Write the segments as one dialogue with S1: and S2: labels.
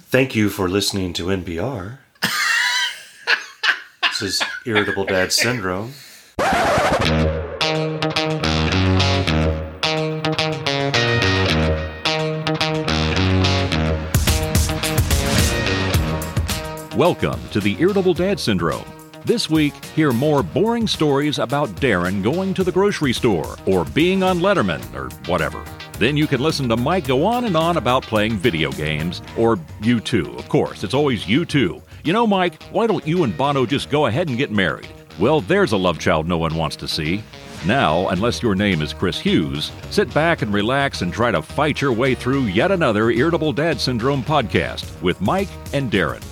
S1: Thank you for listening to NPR. this is Irritable Dad Syndrome.
S2: Welcome to the Irritable Dad Syndrome. This week, hear more boring stories about Darren going to the grocery store or being on Letterman or whatever. Then you can listen to Mike go on and on about playing video games or you two, of course. It's always you two. You know, Mike, why don't you and Bono just go ahead and get married? Well, there's a love child no one wants to see. Now, unless your name is Chris Hughes, sit back and relax and try to fight your way through yet another Irritable Dad Syndrome podcast with Mike and Darren.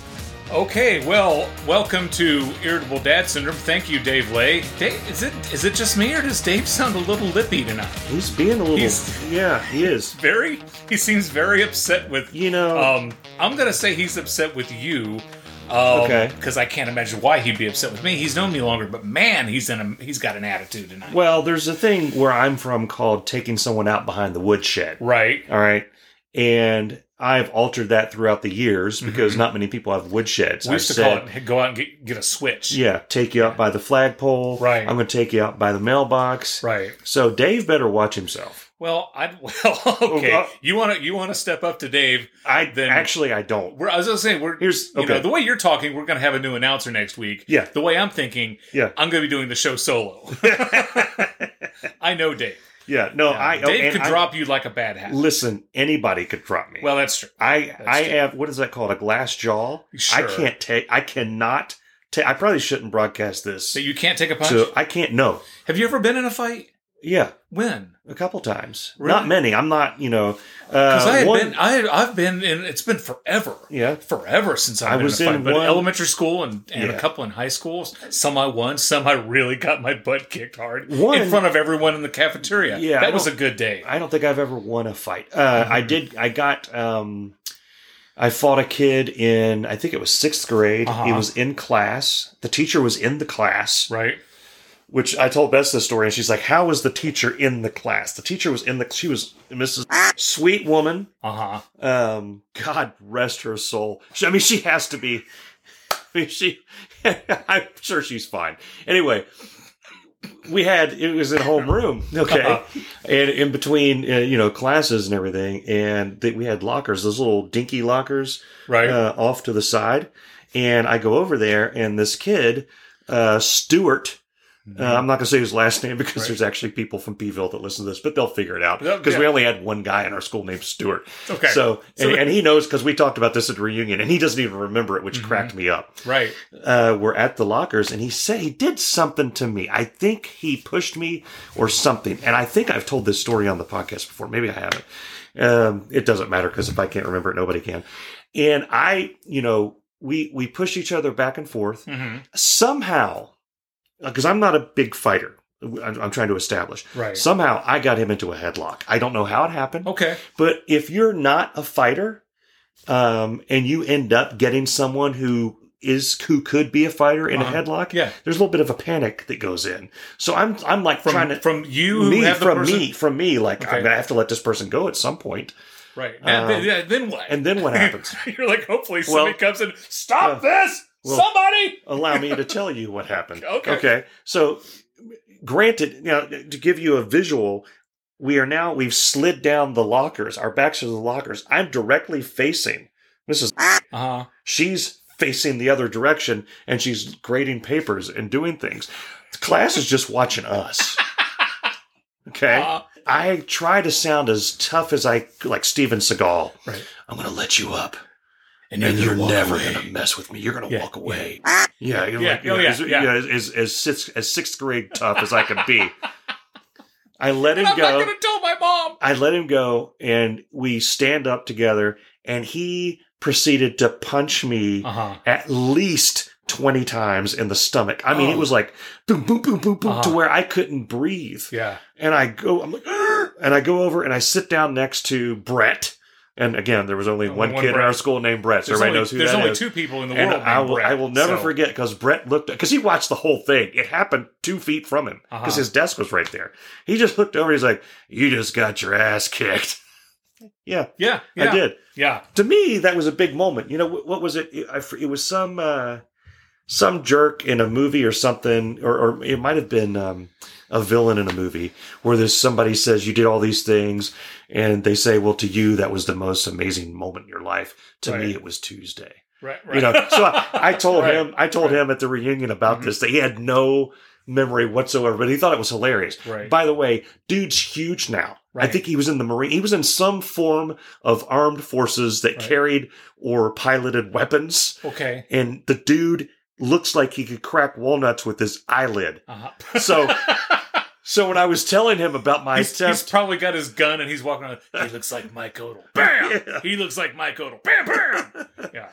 S3: Okay, well, welcome to Irritable Dad Syndrome. Thank you, Dave Lay. Dave, is it is it just me or does Dave sound a little lippy tonight?
S1: He's being a little.
S3: He's-
S1: yeah, he is.
S3: Very, he seems very upset with
S1: You know-
S3: Um, I'm gonna say he's upset with you. Um,
S1: Okay.
S3: Because I can't imagine why he'd be upset with me. He's known me longer, but man, he's in a he's got an attitude tonight.
S1: Well, there's a thing where I'm from called taking someone out behind the woodshed.
S3: Right.
S1: All right. And I've altered that throughout the years because not many people have woodsheds.
S3: Mm-hmm. We used to
S1: I've said,
S3: call it go out and get, get a switch.
S1: Yeah, take you out by the flagpole.
S3: Right.
S1: I'm going to take you out by the mailbox.
S3: Right.
S1: So Dave better watch himself.
S3: Well, I well okay.
S1: uh,
S3: you want to you want to step up to Dave?
S1: I
S3: Then-
S1: actually I don't.
S3: We're, I was gonna say we're
S1: Here's-
S3: you know
S1: okay.
S3: the way you're talking, we're gonna have a new announcer next week.
S1: Yeah.
S3: The way I'm thinking,
S1: Yeah.
S3: I'm gonna be doing the show solo. I know Dave.
S1: Yeah, no, I oh,
S3: Dave
S1: and
S3: could
S1: I-
S3: drop you like a bad hat.
S1: Listen, anybody could drop me.
S3: well, that's true.
S1: I I
S3: true.
S1: have what is that called? A glass jaw.
S3: Sure.
S1: I can't take. I cannot take. I probably shouldn't broadcast this.
S3: So you can't take a punch.
S1: So I can't. No.
S3: Have you ever been in a fight?
S1: Yeah,
S3: When?
S1: a couple times.
S3: Really?
S1: Not many. I'm not. You know.
S3: Because
S1: uh,
S3: I had
S1: one-
S3: been, I I've been in. It's been forever.
S1: Yeah.
S3: Forever since I've
S1: I
S3: been
S1: was
S3: in a fight.
S1: in
S3: but
S1: one-
S3: elementary school and, and
S1: Yeah.
S3: a couple in high school. Some I won. Some I really got my butt kicked hard
S1: One-
S3: in front of everyone in the cafeteria.
S1: Yeah, I
S3: that was a
S1: don't-
S3: good day.
S1: I don't think I've ever won a fight. Uh,
S3: Mm-hmm.
S1: I did. I got. Um, I fought a kid in. I think it was sixth grade.
S3: Uh-huh.
S1: He was in class. The teacher was in the class,
S3: right.
S1: which I told Bess this story, and she's like, "How was the teacher in the class? The teacher was in the. She was Mrs. Sweet woman.
S3: Uh huh.
S1: Um, God rest her soul. She, I mean, she has to be. I mean, she. I'm sure she's fine. Anyway, we had it was in homeroom, okay, and uh, in between uh, you know classes and everything, and th- we had lockers, those little dinky lockers
S3: Right.
S1: uh, off to the side, and I go over there, and this kid, uh, Stuart. Uh, I'm not going to say his last name because
S3: Mm-hmm. Right.
S1: there's actually people from Peeville that listen to this, but they'll figure it out
S3: Yeah,
S1: because we
S3: yeah.
S1: only had one guy in our school named Stuart.
S3: okay.
S1: So,
S3: So
S1: and,
S3: the-
S1: and he knows because we talked about this at reunion, and he doesn't even remember it, which
S3: Mm-hmm.
S1: cracked me up.
S3: right.
S1: Uh, we're at the lockers, and he said he did something to me. I think he pushed me or something. And I think I've told this story on the podcast before. Maybe I haven't. Um, it doesn't matter because if I can't remember it, nobody can. And I, you know, we we push each other back and forth
S3: hmm
S1: somehow. Because I'm not a big fighter. I'm I'm trying to establish.
S3: Right.
S1: Somehow I got him into a headlock. I don't know how it happened.
S3: Okay.
S1: But if you're not a fighter, um, and you end up getting someone who is who could be a fighter in
S3: Uh-huh.
S1: a headlock,
S3: Yeah.
S1: there's a little bit of a panic that goes in. So I'm I'm like
S3: From
S1: trying to
S3: from you who
S1: me
S3: have the
S1: from
S3: person,
S1: me from me like
S3: Okay.
S1: I'm gonna have to let this person go at some point.
S3: Right. And then, yeah, then what?
S1: Um, And then what happens?
S3: You're like, hopefully
S1: Well-
S3: somebody comes and stop
S1: Uh,
S3: this!
S1: well-
S3: somebody!
S1: Allow me to tell you what happened.
S3: Okay.
S1: So granted, now to give you a visual. We are now, we've slid down the lockers, our backs are to the lockers. I'm directly facing Mrs.
S3: Uh
S1: uh-huh.
S3: huh.
S1: She's facing the other direction and she's grading papers and doing things. The class is just watching us. Okay.
S3: Uh,
S1: I try to sound as tough as I like Steven Seagal.
S3: Right.
S1: I'm going to let you up.
S3: and
S1: And you're never
S3: gonna-
S1: going to mess with me. You're going to
S3: Yeah, Ah.
S1: walk away. Yeah. you're
S3: Yeah,
S1: like-
S3: oh, yeah,
S1: as,
S3: yeah.
S1: as, as, as sixth, as sixth grade tough as I can be. I let him
S3: And I'm
S1: go.
S3: not gonna tell my mom!
S1: I let him go and we stand up together and he proceeded to punch me
S3: Uh huh.
S1: at least 20 times in the stomach. I mean,
S3: Oh.
S1: it was like boom, boom, boom, boom, boom to
S3: Uh-huh.
S1: where I couldn't breathe.
S3: Yeah.
S1: And I go, I'm like, and I go over and I sit down next to Brett. And again, there was only
S3: Only
S1: one
S3: one
S1: kid in our
S3: Brett.
S1: school named Brett. So
S3: There's
S1: everybody
S3: only,
S1: knows who
S3: there's
S1: that
S3: only
S1: is.
S3: two people in the
S1: And
S3: world.
S1: I
S3: named
S1: will,
S3: Brett,
S1: I will never
S3: so-
S1: forget because Brett looked because he watched the whole thing. It happened two feet from him because
S3: Uh-huh.
S1: his desk was right there. He just looked over. He's like, "You just got your ass kicked." Yeah,
S3: Yeah, yeah,
S1: I did.
S3: yeah.
S1: To me, that was a big moment. You know, wh- what was it? It, I fr- it was some uh, some jerk in a movie or something, or, or it might have been um, a villain in a movie where there's somebody says you did all these things, and they say, "Well, to you, that was the most amazing moment in your life." To
S3: Right.
S1: me, it was Tuesday.
S3: Right, right.
S1: You know, so I, I told
S3: Right.
S1: him, I told him at the reunion about
S3: Mhm.
S1: this that he had no memory whatsoever, but he thought it was hilarious.
S3: Right.
S1: By the way, dude's huge now. I
S3: Right.
S1: think he was in the Marine. He was in some form of armed forces that
S3: Right.
S1: carried or piloted weapons.
S3: okay.
S1: And the dude looks like he could crack walnuts with his eyelid.
S3: Uh-huh.
S1: So- So when I was telling him about my
S3: he's, he's
S1: attempt,
S3: probably got his gun and he's walking around. He looks like Mike Odell. Bam!
S1: Yeah.
S3: He looks like Mike Odell. Bam, bam! Yeah.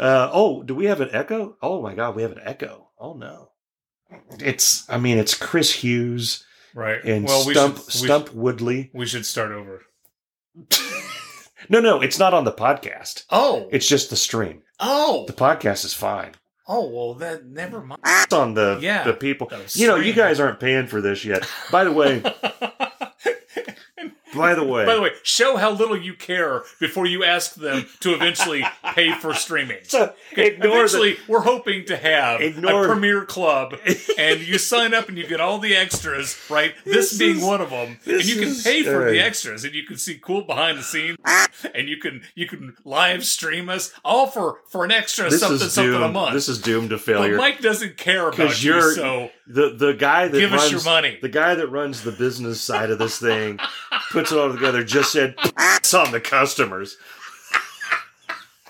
S1: uh, oh, do we have an echo? Oh my God, we have an echo. Oh no. It's, I mean, it's Chris Hughes
S3: Right.
S1: and
S3: well, we
S1: Stump,
S3: should, we
S1: Stump Woodley.
S3: should- We, should start over.
S1: No, no, it's not on the podcast.
S3: Oh.
S1: It's just the stream.
S3: oh.
S1: The podcast is fine.
S3: Oh, well, then never mind.
S1: It's on the
S3: Yeah.
S1: the people.
S3: The
S1: you know, you
S3: stream.
S1: guys aren't paying for this yet. By the way, by the way,
S3: By the way, show how little you care before you ask them to eventually pay for streaming.
S1: so ignore the,
S3: Eventually, we're hoping to have
S1: Ignore-
S3: a premier club, and you sign up and you get all the extras, right? This,
S1: This
S3: being
S1: is-
S3: one of them, and
S1: this
S3: you can
S1: is-
S3: pay for
S1: alright.
S3: the extras, and you can see cool behind the scenes, and you can you can live stream us all for for an extra
S1: this
S3: something
S1: is
S3: something a
S1: doomed.
S3: month.
S1: This is doomed to
S3: but
S1: failure.
S3: Mike doesn't care about
S1: 'Cause
S3: you,
S1: you're-
S3: so
S1: the the guy that
S3: give
S1: runs
S3: us your money.
S1: the guy that runs the business side of this thing puts it all together. Just said it's on the customers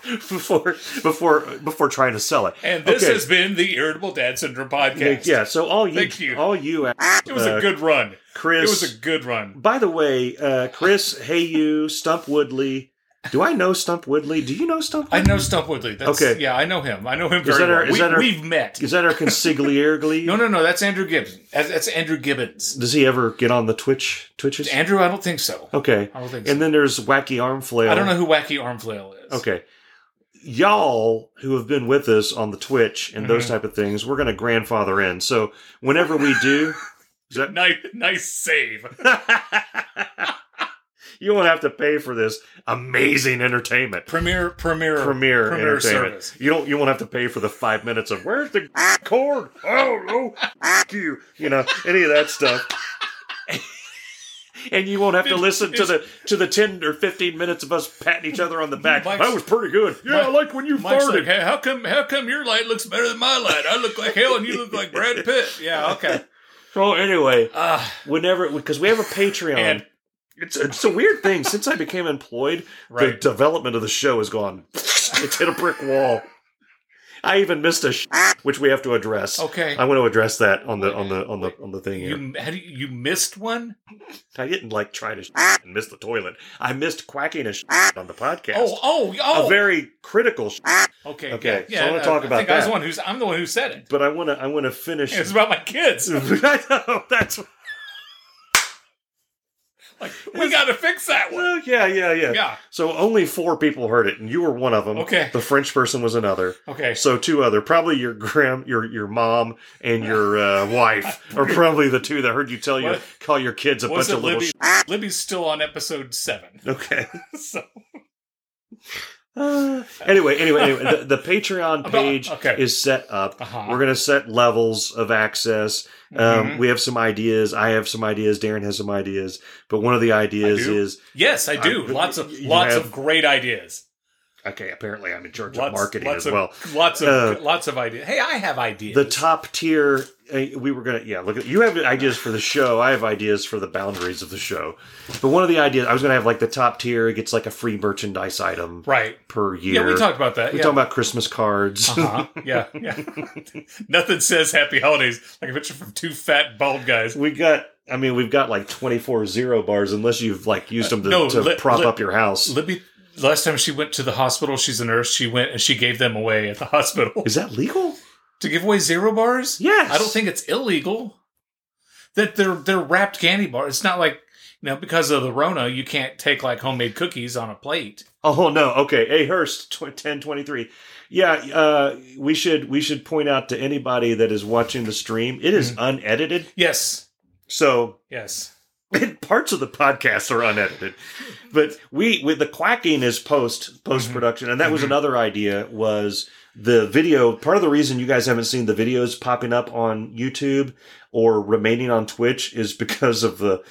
S1: before before before trying to sell it.
S3: And this
S1: Okay.
S3: has been the Irritable Dad Syndrome podcast.
S1: Yeah, so all you,
S3: Thank you.
S1: all you, uh,
S3: It was a good run. It
S1: Chris.
S3: was a good run.
S1: By the way, uh, Chris, hey you, Stump Woodley. Do I know Stump Woodley? Do you know Stump?
S3: I
S1: Woodley?
S3: know Stump Woodley. That's,
S1: Okay.
S3: Yeah, I know him. I know him
S1: Is
S3: very
S1: that our-
S3: well.
S1: is
S3: we,
S1: that our-
S3: we've met.
S1: Is that our consigliere?
S3: No, no, no. That's Andrew Gibbons. That's, that's Andrew Gibbons.
S1: Does he ever get on the Twitch Twitches?
S3: Andrew, I don't think so.
S1: Okay.
S3: I don't think so.
S1: And then there's Wacky Arm Flail.
S3: I don't know who Wacky Arm Flail is.
S1: Okay. Y'all who have been with us on the Twitch and those
S3: Mhm.
S1: type of things, we're going to grandfather in. So whenever we do, is that
S3: Nice, nice save.
S1: you won't have to pay for this amazing entertainment.
S3: Premier, premier,
S1: Premier,
S3: premier
S1: entertainment.
S3: service.
S1: You don't. You won't have to pay for the five minutes of where's the cord? Oh no, f- you. You know any of that stuff. And you won't have to
S3: It-
S1: listen to
S3: it's-
S1: the to the ten or fifteen minutes of us patting each other on the back.
S3: Mike's-
S1: that was pretty good. Yeah, I
S3: Mike-
S1: like when you
S3: Mike's
S1: farted.
S3: like, hey, how come, how come your light looks better than my light? I look like hell, and you look like Brad Pitt. Yeah, okay.
S1: so anyway,
S3: Uh,
S1: whenever because we have a Patreon,
S3: And-
S1: it's it's a weird thing. Since I became employed, the
S3: right.
S1: development of the show has gone. It's hit a brick wall. I even missed a sh- which we have to address.
S3: Okay.
S1: I want to address that on the on the on the on the thing here.
S3: You, how do you, you missed one?
S1: I didn't like try to sh- and miss the toilet. I missed quacking a sh- on the podcast.
S3: Oh, oh, oh!
S1: a very critical. Sh-
S3: okay,
S1: Okay,
S3: Yeah,
S1: so I
S3: yeah,
S1: wanna talk about
S3: think I was
S1: that.
S3: the one who's I'm the one who said it.
S1: but I want to I want to finish.
S3: It's about my kids.
S1: I know that's
S3: Like we got to fix that one.
S1: well, yeah, yeah, yeah,
S3: Yeah.
S1: So only four people heard it, and you were one of them.
S3: Okay.
S1: The French person was another.
S3: Okay.
S1: So two other, probably your gram, your your mom and your uh, wife are probably the two that heard you tell you
S3: What-
S1: call your kids a bunch
S3: Was it
S1: of little.
S3: Libby?
S1: Sh-
S3: Libby's still on episode seven.
S1: okay.
S3: so
S1: Uh, anyway, anyway, anyway, the, the Patreon
S3: About-
S1: page
S3: okay.
S1: is set up.
S3: Uh-huh.
S1: We're going to set levels of access. Um,
S3: Mhm.
S1: We have some ideas. I have some ideas. Darren has some ideas. But one of the ideas
S3: do?
S1: is
S3: yes, I do.
S1: I-
S3: lots of
S1: you
S3: lots
S1: have-
S3: of great ideas.
S1: okay. Apparently, I'm in charge
S3: Lots,
S1: of marketing
S3: lots
S1: as well.
S3: Of, lots of
S1: Uh,
S3: lots of ideas. Hey, I have ideas.
S1: The top tier. uh, We were gonna, yeah. Look, at you have ideas for the show. I have ideas for the boundaries of the show. But one of the ideas I was gonna have like the top tier gets like a free merchandise item
S3: right.
S1: per year.
S3: Yeah, we talked about that.
S1: We
S3: yeah.
S1: talking about Christmas cards.
S3: uh-huh. Yeah, yeah. Nothing says happy holidays like a picture from two fat bald guys.
S1: We got. I mean, we've got like 24 zero bars, unless you've like used them to,
S3: Uh, No,
S1: to
S3: li-
S1: prop
S3: li-
S1: up your house.
S3: Libby, last time she went to the hospital, she's a nurse. She went and she gave them away at the hospital
S1: Is that legal?
S3: to give away zero bars.
S1: Yes.
S3: I don't think it's illegal. That they're they're wrapped candy bars. It's not like you know because of the Rona, you can't take like homemade cookies on a plate.
S1: Oh no. Okay. Hey Hurst, tw- 1023. Yeah. Uh, we should we should point out to anybody that is watching the stream, it is unedited.
S3: Yes,
S1: So
S3: yes.
S1: parts of the podcast are unedited but we with the quacking is post post production and that
S3: Mm-hmm.
S1: was another idea was the video part of the reason you guys haven't seen the videos popping up on youtube or remaining on twitch is because of the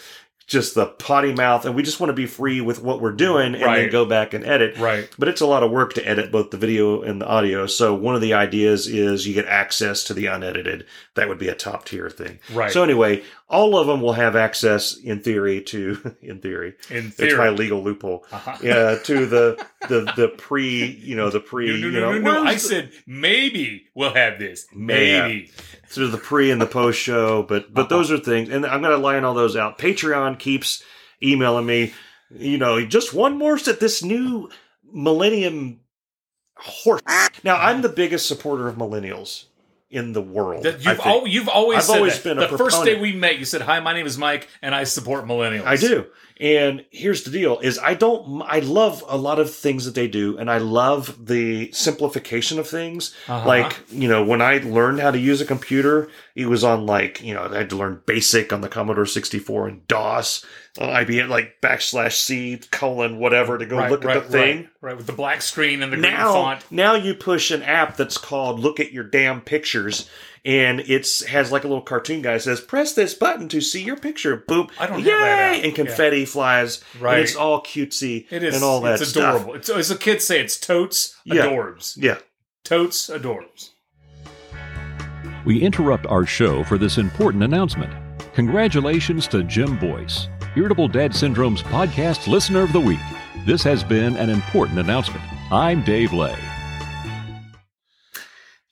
S1: just the potty mouth and we just want to be free with what we're doing and then
S3: Right.
S1: go back and edit
S3: Right.
S1: but it's a lot of work to edit both the video and the audio so one of the ideas is you get access to the unedited that would be a top tier thing
S3: Right.
S1: so anyway all of them will have access in theory to in theory
S3: in
S1: it's my
S3: theory.
S1: legal loophole.
S3: Uh-huh.
S1: Yeah, to the the the pre, you know, the pre,
S3: No, no,
S1: you
S3: no,
S1: know,
S3: no, no.
S1: well,
S3: I said maybe we'll have this.
S1: May-
S3: Maybe.
S1: through the pre and the post show. But
S3: Uh-huh.
S1: but those are things, and I'm going to line all those out. Patreon keeps emailing me, you know, just one more at this new Millennium horse. Now I'm the biggest supporter of millennials in the world.
S3: That
S1: I
S3: you've,
S1: think.
S3: al- you've always
S1: I've
S3: said
S1: always
S3: that.
S1: been a
S3: the first day
S1: proponent.
S3: we met, you said, "Hi, my name is Mike, and I support millennials."
S1: I do. And here's the deal is I don't I love a lot of things that they do and I love the simplification of things.
S3: Uh-huh.
S1: Like, you know, when I learned how to use a computer, it was on like, you know, I had to learn basic on the Commodore 64 and DOS uh, on IBM like backslash C colon whatever to go look at the thing.
S3: Right, right, with the black screen and the green
S1: Now,
S3: font.
S1: now you push an app that's called "Look at Your Damn Pictures," and it's has like a little cartoon guy that says, "Press this button to see your picture." Boop!
S3: I don't
S1: Yay!
S3: have that app.
S1: And confetti flies.
S3: Right.
S1: And it's all cutesy.
S3: It is.
S1: And all that
S3: it's
S1: stuff.
S3: adorable. It's, as the kids say, it's totes
S1: Yeah.
S3: adorbs.
S1: Yeah.
S3: Totes adorbs.
S2: We interrupt our show for this important announcement. Congratulations to Jim Boyce, Irritable Dad Syndrome's podcast listener of the week. This has been an important announcement. I'm Dave Lay.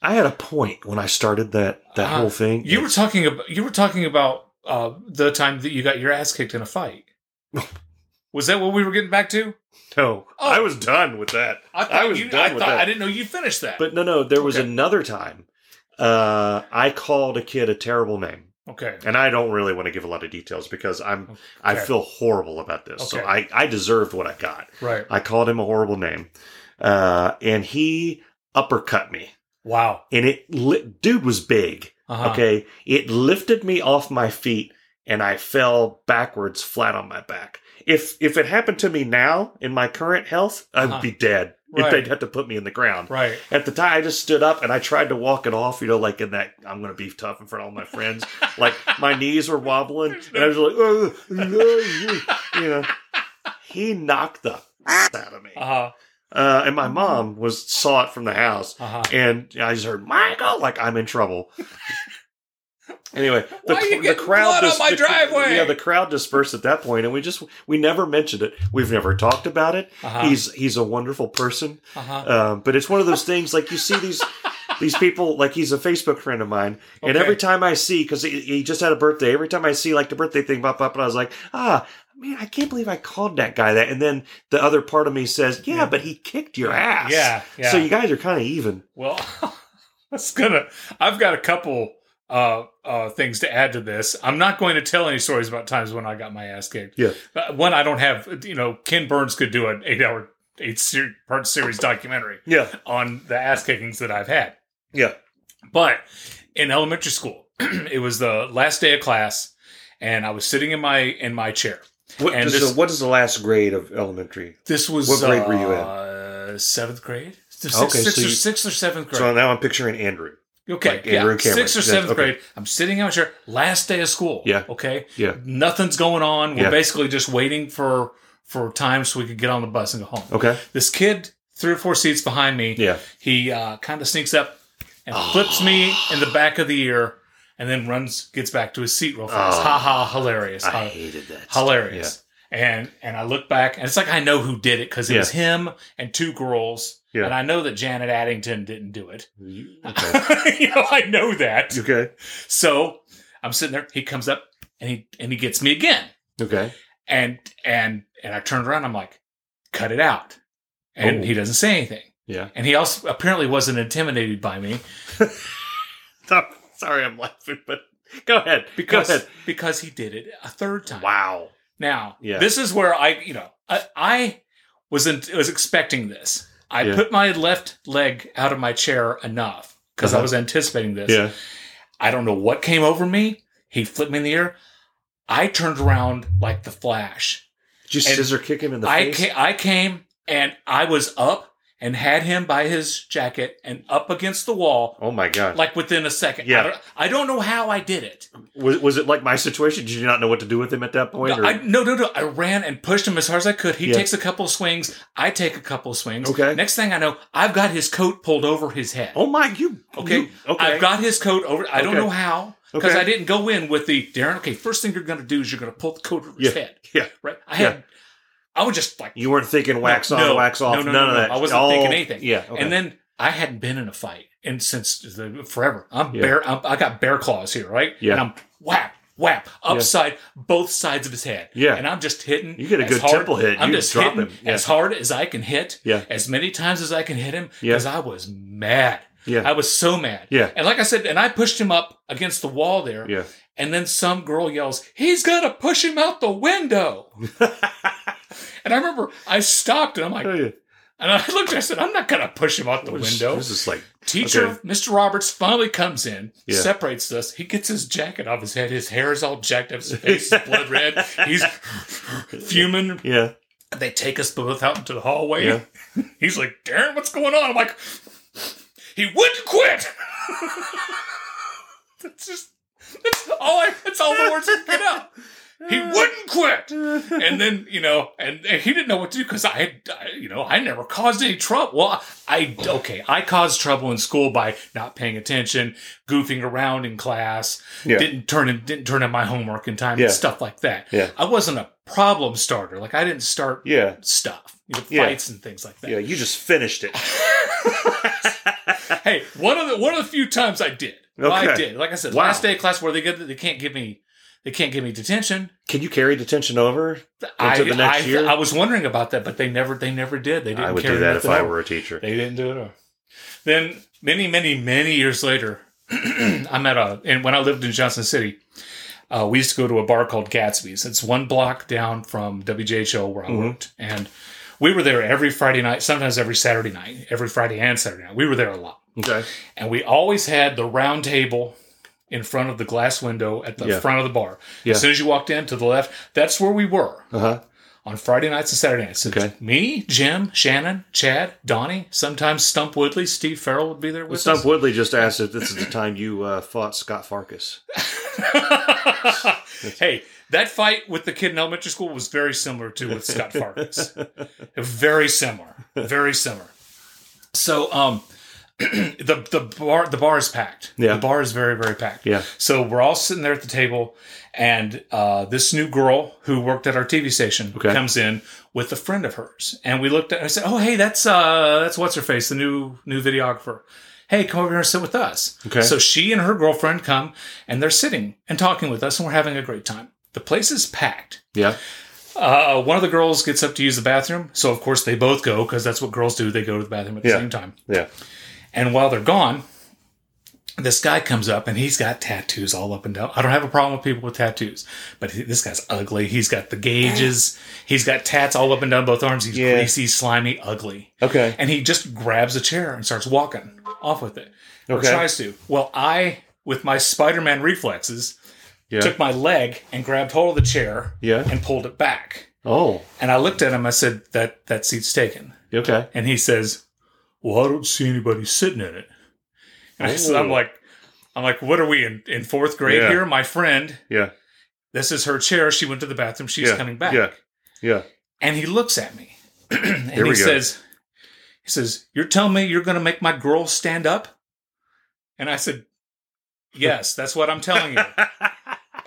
S1: I had a point when I started that that
S3: Uh,
S1: whole thing.
S3: You were talking about. You were talking about uh, the time that you got your ass kicked in a fight. was that what we were getting back to?
S1: no.
S3: Oh.
S1: I was done with that.
S3: thought
S1: was
S3: you,
S1: done
S3: I
S1: with
S3: thought,
S1: that.
S3: I didn't know you finished that.
S1: But no, no. There was
S3: Okay.
S1: another time. Uh, I called a kid a terrible name.
S3: okay.
S1: and I don't really want to give a lot of details because I'm I
S3: Okay.
S1: feel horrible about this. So
S3: Okay.
S1: I I deserved what I got.
S3: Right.
S1: I called him a horrible name, uh, and he uppercut me,
S3: Wow.
S1: and it li- dude was big.
S3: Uh-huh.
S1: Okay, it lifted me off my feet, and I fell backwards, flat on my back. If if it happened to me now in my current health, I'd
S3: Uh-huh.
S1: be dead. If
S3: Right.
S1: They'd have to put me in the ground.
S3: Right.
S1: At the time, I just stood up and I tried to walk it off, you know, like in that I'm going to be tough in front of all my friends. like my knees were wobbling, and I was like, "Ugh, ugh," you know. He knocked the out of me,
S3: Uh huh.
S1: uh, and my mom was saw it from the house,
S3: Uh huh.
S1: and I just heard Michael, like I'm in trouble. Anyway, the,
S3: Why are you
S1: cr- the
S3: getting
S1: crowd
S3: blood on my
S1: the-
S3: driveway?
S1: Yeah, the crowd dispersed at that point, and we just we never mentioned it. We've never talked about it.
S3: Uh-huh.
S1: He's he's a wonderful person.
S3: Uh huh.
S1: Um, but it's one of those things like you see these these people like he's a Facebook friend of mine, and
S3: Okay.
S1: every time I see because he, he just had a birthday, every time I see like the birthday thing pop up, and I was like, ah, man, I can't believe I called that guy that. And then the other part of me says, yeah,
S3: Yeah.
S1: but he kicked your ass.
S3: Yeah. Yeah.
S1: So you guys are kind of even.
S3: Well, that's gonna. I've got a couple uh, uh, things to add to this. I'm not going to tell any stories about times when I got my ass kicked.
S1: Yeah.
S3: Uh, One I don't have. You know, Ken Burns could do an eight-hour, eight-part series documentary
S1: Yeah.
S3: on the ass kickings that I've had.
S1: Yeah.
S3: But in elementary school, it was the last day of class, and I was sitting in my in my chair.
S1: What,
S3: And
S1: does
S3: this-
S1: the- what is the last grade of elementary?
S3: This was
S1: What grade were you in?
S3: uh, in? Seventh grade. Sixth,
S1: Okay,
S3: sixth
S1: so
S3: or,
S1: you-
S3: sixth or seventh grade.
S1: So now I'm picturing Andrew.
S3: Okay,
S1: Like
S3: yeah,
S1: Andrew Cameron.
S3: sixth or
S1: Yeah,
S3: seventh
S1: okay.
S3: grade. I'm sitting out here, last day of school.
S1: Yeah.
S3: Okay.
S1: Yeah.
S3: Nothing's going on. We're
S1: Yeah.
S3: basically just waiting for for time so we could get on the bus and go home.
S1: Okay.
S3: This kid, three or four seats behind me,
S1: Yeah.
S3: he uh, kind of sneaks up and flips me in the back of the ear, and then runs, gets back to his seat real fast.
S1: Oh.
S3: Ha ha! Hilarious.
S1: I
S3: Ha-
S1: hated that.
S3: hilarious. And and I look back, and it's like I know who did it because it
S1: Yeah.
S3: was him and two girls,
S1: Yeah.
S3: and I know that Janet Addington didn't do it.
S1: You- Okay.
S3: you know, I know that.
S1: You okay.
S3: So I'm sitting there. He comes up and he and he gets me again.
S1: Okay.
S3: And and and I turned around. I'm like, cut it out. And
S1: Oh.
S3: he doesn't say anything.
S1: Yeah.
S3: And he also apparently wasn't intimidated by me
S1: Sorry, I'm laughing, but go ahead.
S3: because
S1: go ahead.
S3: because he did it a third time.
S1: Wow.
S3: Now
S1: Yeah.
S3: this is where I you know I, I wasn't was expecting this. I
S1: Yeah.
S3: put my left leg out of my chair enough because I
S1: Uh-huh.
S3: was anticipating this.
S1: Yeah.
S3: I don't know what came over me. He flipped me in the air. I turned around like the flash.
S1: Did you
S3: And
S1: scissor kick him in the
S3: I
S1: face?
S3: ca- I came and I was up and had him by his jacket and up against the wall
S1: oh my god!
S3: like within a second.
S1: Yeah.
S3: I don't, I don't know how I did it.
S1: was, was it like my situation? Did you not know what to do with him at that point?
S3: No,
S1: or-
S3: I, no, no, no. I ran and pushed him as hard as I could. He
S1: Yeah.
S3: takes a couple of swings. I take a couple of swings.
S1: Okay.
S3: Next thing I know, I've got his coat pulled over his head.
S1: oh my! You
S3: Okay.
S1: you- okay.
S3: I've got his coat over. I don't
S1: Okay.
S3: know how because
S1: Okay.
S3: I didn't go in with the Darren. Okay, first thing you're going to do is you're going to pull the coat over his
S1: Yeah.
S3: head.
S1: Yeah.
S3: Right. I
S1: Yeah.
S3: had. I was just like
S1: You weren't thinking wax
S3: No,
S1: on,
S3: no,
S1: wax off,
S3: no, no,
S1: none
S3: no,
S1: of
S3: no.
S1: that.
S3: I wasn't
S1: All-
S3: thinking anything.
S1: Yeah. Okay.
S3: And then I hadn't been in a fight and since the, forever. I'm
S1: Yeah.
S3: bear. I'm, I got bear claws here, right?
S1: Yeah.
S3: And I'm whap whap upside both sides of his head.
S1: Yeah.
S3: And I'm just hitting.
S1: You get a
S3: as
S1: good
S3: hard-
S1: temple hit,
S3: I'm
S1: you
S3: just
S1: drop
S3: hitting
S1: him. Yeah.
S3: as hard as I can hit.
S1: Yeah.
S3: As many times as I can hit him
S1: Yeah.
S3: because I was mad.
S1: Yeah.
S3: I was so mad.
S1: Yeah.
S3: And like I said, and I pushed him up against the wall there.
S1: yeah.
S3: And then some girl yells, "He's gonna push him out the window." and I remember I stopped and I'm like. And I looked and I said, I'm not going to push him out the window.
S1: This is like
S3: Teacher,
S1: okay.
S3: Mr. Roberts, finally comes in,
S1: Yeah.
S3: separates us. He gets his jacket off his head. His hair is all jacked up. His face is blood red. He's fuming.
S1: yeah.
S3: They take us both out into the hallway.
S1: Yeah.
S3: He's like, Darren, what's going on? I'm like, he wouldn't quit. that's just, that's all I, that's all the words I could get out. He wouldn't quit and then you know, and he didn't know what to do because I, I- you know, I never caused any trouble. Well, I okay, I caused trouble in school by not paying attention, goofing around in class,
S1: Yeah.
S3: didn't turn in didn't turn in my homework in time,
S1: Yeah.
S3: and stuff like that.
S1: Yeah.
S3: I wasn't a problem starter. Like I didn't start
S1: Yeah.
S3: stuff, you know,
S1: Yeah.
S3: fights and things like that.
S1: Yeah. You just finished it.
S3: Hey, one of the one of the few times I did,
S1: Okay.
S3: I did. Like I said,
S1: Wow.
S3: last day of class where they get they can't give me they can't give me detention.
S1: Can you carry detention over?
S3: I,
S1: the next
S3: I,
S1: year?
S3: I was wondering about that, but they never they never did. They didn't.
S1: I would
S3: carry
S1: do that if
S3: nothing
S1: I
S3: over.
S1: were a teacher.
S3: They didn't do it. Then many many many years later, I'm at a and when I lived in Johnson City, uh, we used to go to a bar called Gatsby's. It's one block down from WJHO where I worked, and we were there every Friday night, sometimes every Saturday night, every Friday and Saturday night. We were there a lot,
S1: Okay.
S3: and we always had the round table. In front of the glass window at the
S1: Yeah.
S3: front of the bar.
S1: Yeah.
S3: As soon as you walked in to the left, that's where we were
S1: Uh huh.
S3: on Friday nights and Saturday nights. So
S1: Okay.
S3: Me, Jim, Shannon, Chad, Donnie, sometimes Stump Woodley, Steve Farrell would be there with
S1: Stump Woodley just asked if this is the time you uh, fought Scott Farkas.
S3: us. hey, that fight with the kid in elementary school was very similar to with Scott Farkas. very similar. Very similar. So um the the bar the bar is packed.
S1: Yeah.
S3: The bar is very, very packed.
S1: Yeah.
S3: So we're all sitting there at the table and uh, this new girl who worked at our TV station
S1: Okay.
S3: comes in with a friend of hers. And we looked at I said, Oh hey, that's uh that's what's her face, the new new videographer. Hey, come over here and sit with us.
S1: Okay.
S3: So she and her girlfriend come and they're sitting and talking with us and we're having a great time. The place is packed.
S1: Yeah.
S3: Uh, one of the girls gets up to use the bathroom, so of course they both go because that's what girls do. They go to the bathroom at the
S1: Yeah.
S3: same time.
S1: Yeah.
S3: And while they're gone, this guy comes up and he's got tattoos all up and down. I don't have a problem with people with tattoos, but he- this guy's ugly. He's got the gauges. He's got tats all up and down both arms. He's
S1: Yeah.
S3: greasy, slimy, ugly.
S1: Okay.
S3: And he just grabs a chair and starts walking off with it. Or
S1: Okay.
S3: tries to. Well, I, with my Spider Man reflexes,
S1: Yeah.
S3: took my leg and grabbed hold of the chair
S1: Yeah.
S3: and pulled it back.
S1: Oh.
S3: And I looked at him. I said, "That that seat's taken."
S1: Okay.
S3: And he says, "Well, I don't see anybody sitting in it." And I said,
S1: Oh.
S3: "I'm like, I'm like, what are we in, in fourth grade
S1: Yeah.
S3: here, my friend?
S1: Yeah.
S3: This is her chair. She went to the bathroom. She's
S1: Yeah.
S3: coming back."
S1: Yeah. Yeah.
S3: And he looks at me, and
S1: Here
S3: he
S1: we go.
S3: says, "He says, you're telling me you're going to make my girl stand up?" And I said, "Yes, that's what I'm telling you."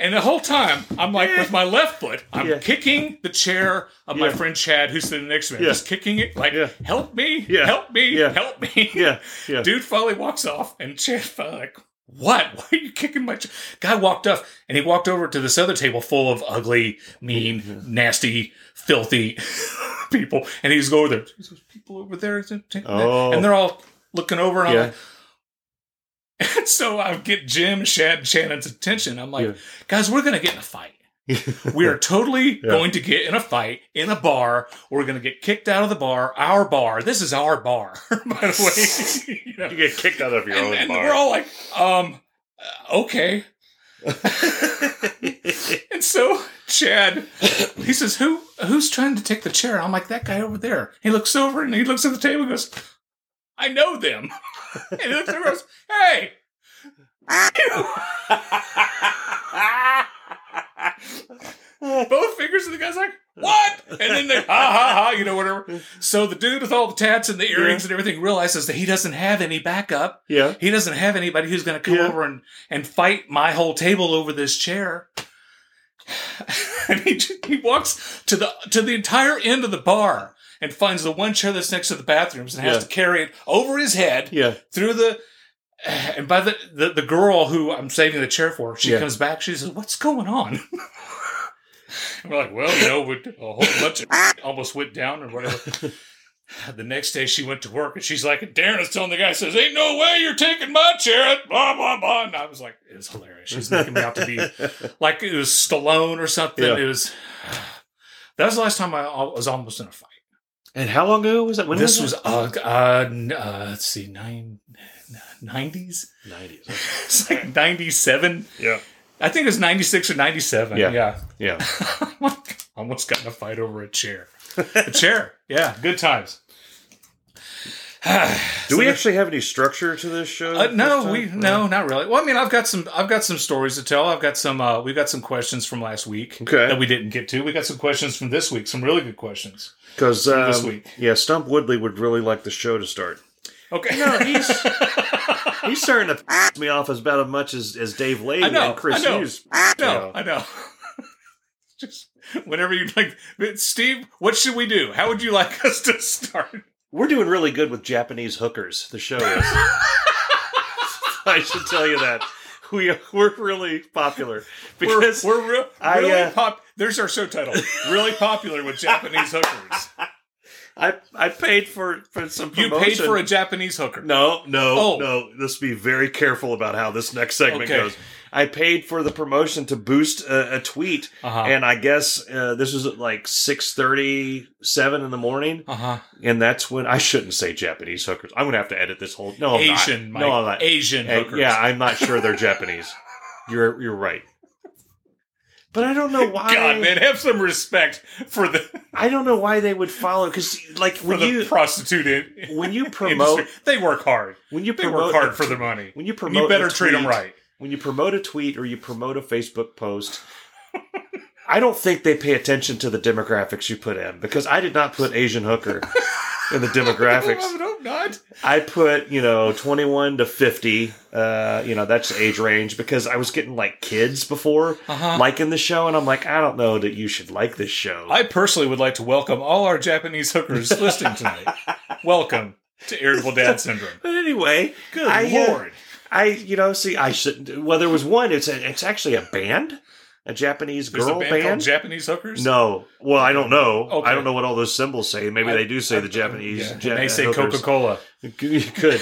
S3: And the whole time, I'm like with my left foot, I'm
S1: Yeah.
S3: kicking the chair of my
S1: Yeah.
S3: friend Chad, who's sitting next to me. I'm
S1: Yeah.
S3: just kicking it, like,
S1: Yeah.
S3: help me,
S1: Yeah.
S3: help me,
S1: Yeah.
S3: help me.
S1: Yeah. Yeah.
S3: Dude finally walks off, and Chad finally like, what? Why are you kicking my chair? Guy walked up, and he walked over to this other table full of ugly, mean, nasty, filthy people, and he's go over there. "There's those people over there,
S1: Oh.
S3: and they're all looking over, and I'm
S1: Yeah.
S3: like, and so I get Jim, Shad, and Shannon's attention. I'm like,
S1: Yeah.
S3: guys, we're going to get in a fight. we are totally going to get in a fight in a bar. We're going to get kicked out of the bar, our bar. This is our bar, by the way. you know.
S1: You get kicked out of your
S3: And,
S1: own
S3: and
S1: bar.
S3: we're all like, um, uh, okay. And so Chad, he says, "Who who's trying to take the chair?" I'm like, "That guy over there." He looks over and he looks at the table and goes, "I know them." And he looks over and goes, "Hey." Both fingers and the guy's like, "What?" And then they ha ha ha, you know whatever. So the dude with all the tats and the earrings and everything realizes that he doesn't have any backup.
S1: yeah.
S3: He doesn't have anybody who's going to come
S1: Yeah.
S3: over and, and fight my whole table over this chair. and he, he walks to the to the entire end of the bar and finds the one chair that's next to the bathrooms and has
S1: Yeah.
S3: to carry it over his head
S1: Yeah.
S3: through the. And by the, the the girl who I'm saving the chair for, she
S1: Yeah.
S3: comes back. She says, "What's going on?" and we're like, "Well, you know, we- a whole bunch of almost went down or whatever." the next day she went to work and she's like, Darren is telling the guy, says, Ain't no way you're taking my chair, blah, blah, blah. And I was like, It was hilarious. She's making me out to be like it was Stallone or something.
S1: Yeah.
S3: It was that was the last time I al- was almost in a fight.
S1: And how long ago was that? When
S3: this was,
S1: was,
S3: uh, uh, n- uh, let's see, nine, 90s?
S1: nineties.
S3: It's like 97.
S1: Yeah.
S3: I think it was 96 or 97.
S1: Yeah.
S3: yeah.
S1: Yeah.
S3: Almost got in a fight over a chair. A chair. Yeah. Good times.
S1: Do we actually have any structure to this show?
S3: Uh,
S1: this
S3: no,
S1: time?
S3: we no, not really. Well, I mean, I've got some, I've got some stories to tell. I've got some, uh, we've got some questions from last week
S1: Okay.
S3: that we didn't get to. We got some questions from this week, some really good questions.
S1: Because
S3: this
S1: um,
S3: week.
S1: yeah, Stump Woodley would really like the show to start.
S3: Okay,
S1: he's he's starting to piss me off as about as much as, as Dave Lady
S3: I know,
S1: and Chris
S3: I know.
S1: Hughes.
S3: no, I know. Just whenever you like, Steve, what should we do? How would you like us to start?
S1: We're doing really good with Japanese hookers. The show is. I should tell you that we we're really popular
S3: We're,
S1: because
S3: we're real,
S1: I,
S3: really
S1: uh,
S3: pop. There's our show title. Really popular with Japanese hookers.
S1: I I paid for for some.
S3: You
S1: Promotion.
S3: paid for a Japanese hooker.
S1: No, no,
S3: Oh.
S1: no. Let's be very careful about how this next segment
S3: Okay.
S1: goes. I paid for the promotion to boost a, a tweet,
S3: Uh-huh.
S1: and I guess uh, this was at like six thirty, seven in the morning,
S3: Uh huh.
S1: and that's when I shouldn't say Japanese hookers. I'm gonna have to edit this whole. No, I'm not.
S3: Asian, Mike.
S1: No, I'm not.
S3: Asian
S1: Hey,
S3: hookers.
S1: yeah, I'm not sure they're Japanese. You're you're right, but I don't know why.
S3: God, man, have some respect for the
S1: I don't know why they would follow because like
S3: for
S1: when
S3: the
S1: you
S3: prostitute in-
S1: when you promote
S3: industry. They work hard.
S1: when you
S3: They
S1: promote
S3: work
S1: a
S3: hard for their money.
S1: When you
S3: And
S1: promote,
S3: you better
S1: a
S3: treat them
S1: tweet-
S3: right.
S1: When you promote a tweet or you promote a Facebook post, I don't think they pay attention to the demographics you put in because I did not put Asian hooker in the
S3: I would
S1: demographics.
S3: hope not.
S1: I put you know twenty one to fifty. Uh, you know that's the age range because I was getting like kids before liking the show, and I'm like, I don't know that you should like this show.
S3: Uh-huh. I personally would like to welcome all our Japanese hookers listening tonight. welcome to Irritable Dad Syndrome.
S1: but anyway,
S3: Good
S1: I, uh,
S3: lord.
S1: I you know see I shouldn't. Well, there was one. It's a, it's actually a band, a Japanese
S3: There's
S1: girl
S3: a band, called Japanese Hookers?
S1: No. Well, I don't know.
S3: Okay.
S1: I don't know what all those symbols say. Maybe
S3: I-
S1: they do say
S3: I-
S1: the Japanese.
S3: Yeah,
S1: Ja-
S3: they say Coca
S1: hookers.
S3: Cola.
S1: You could.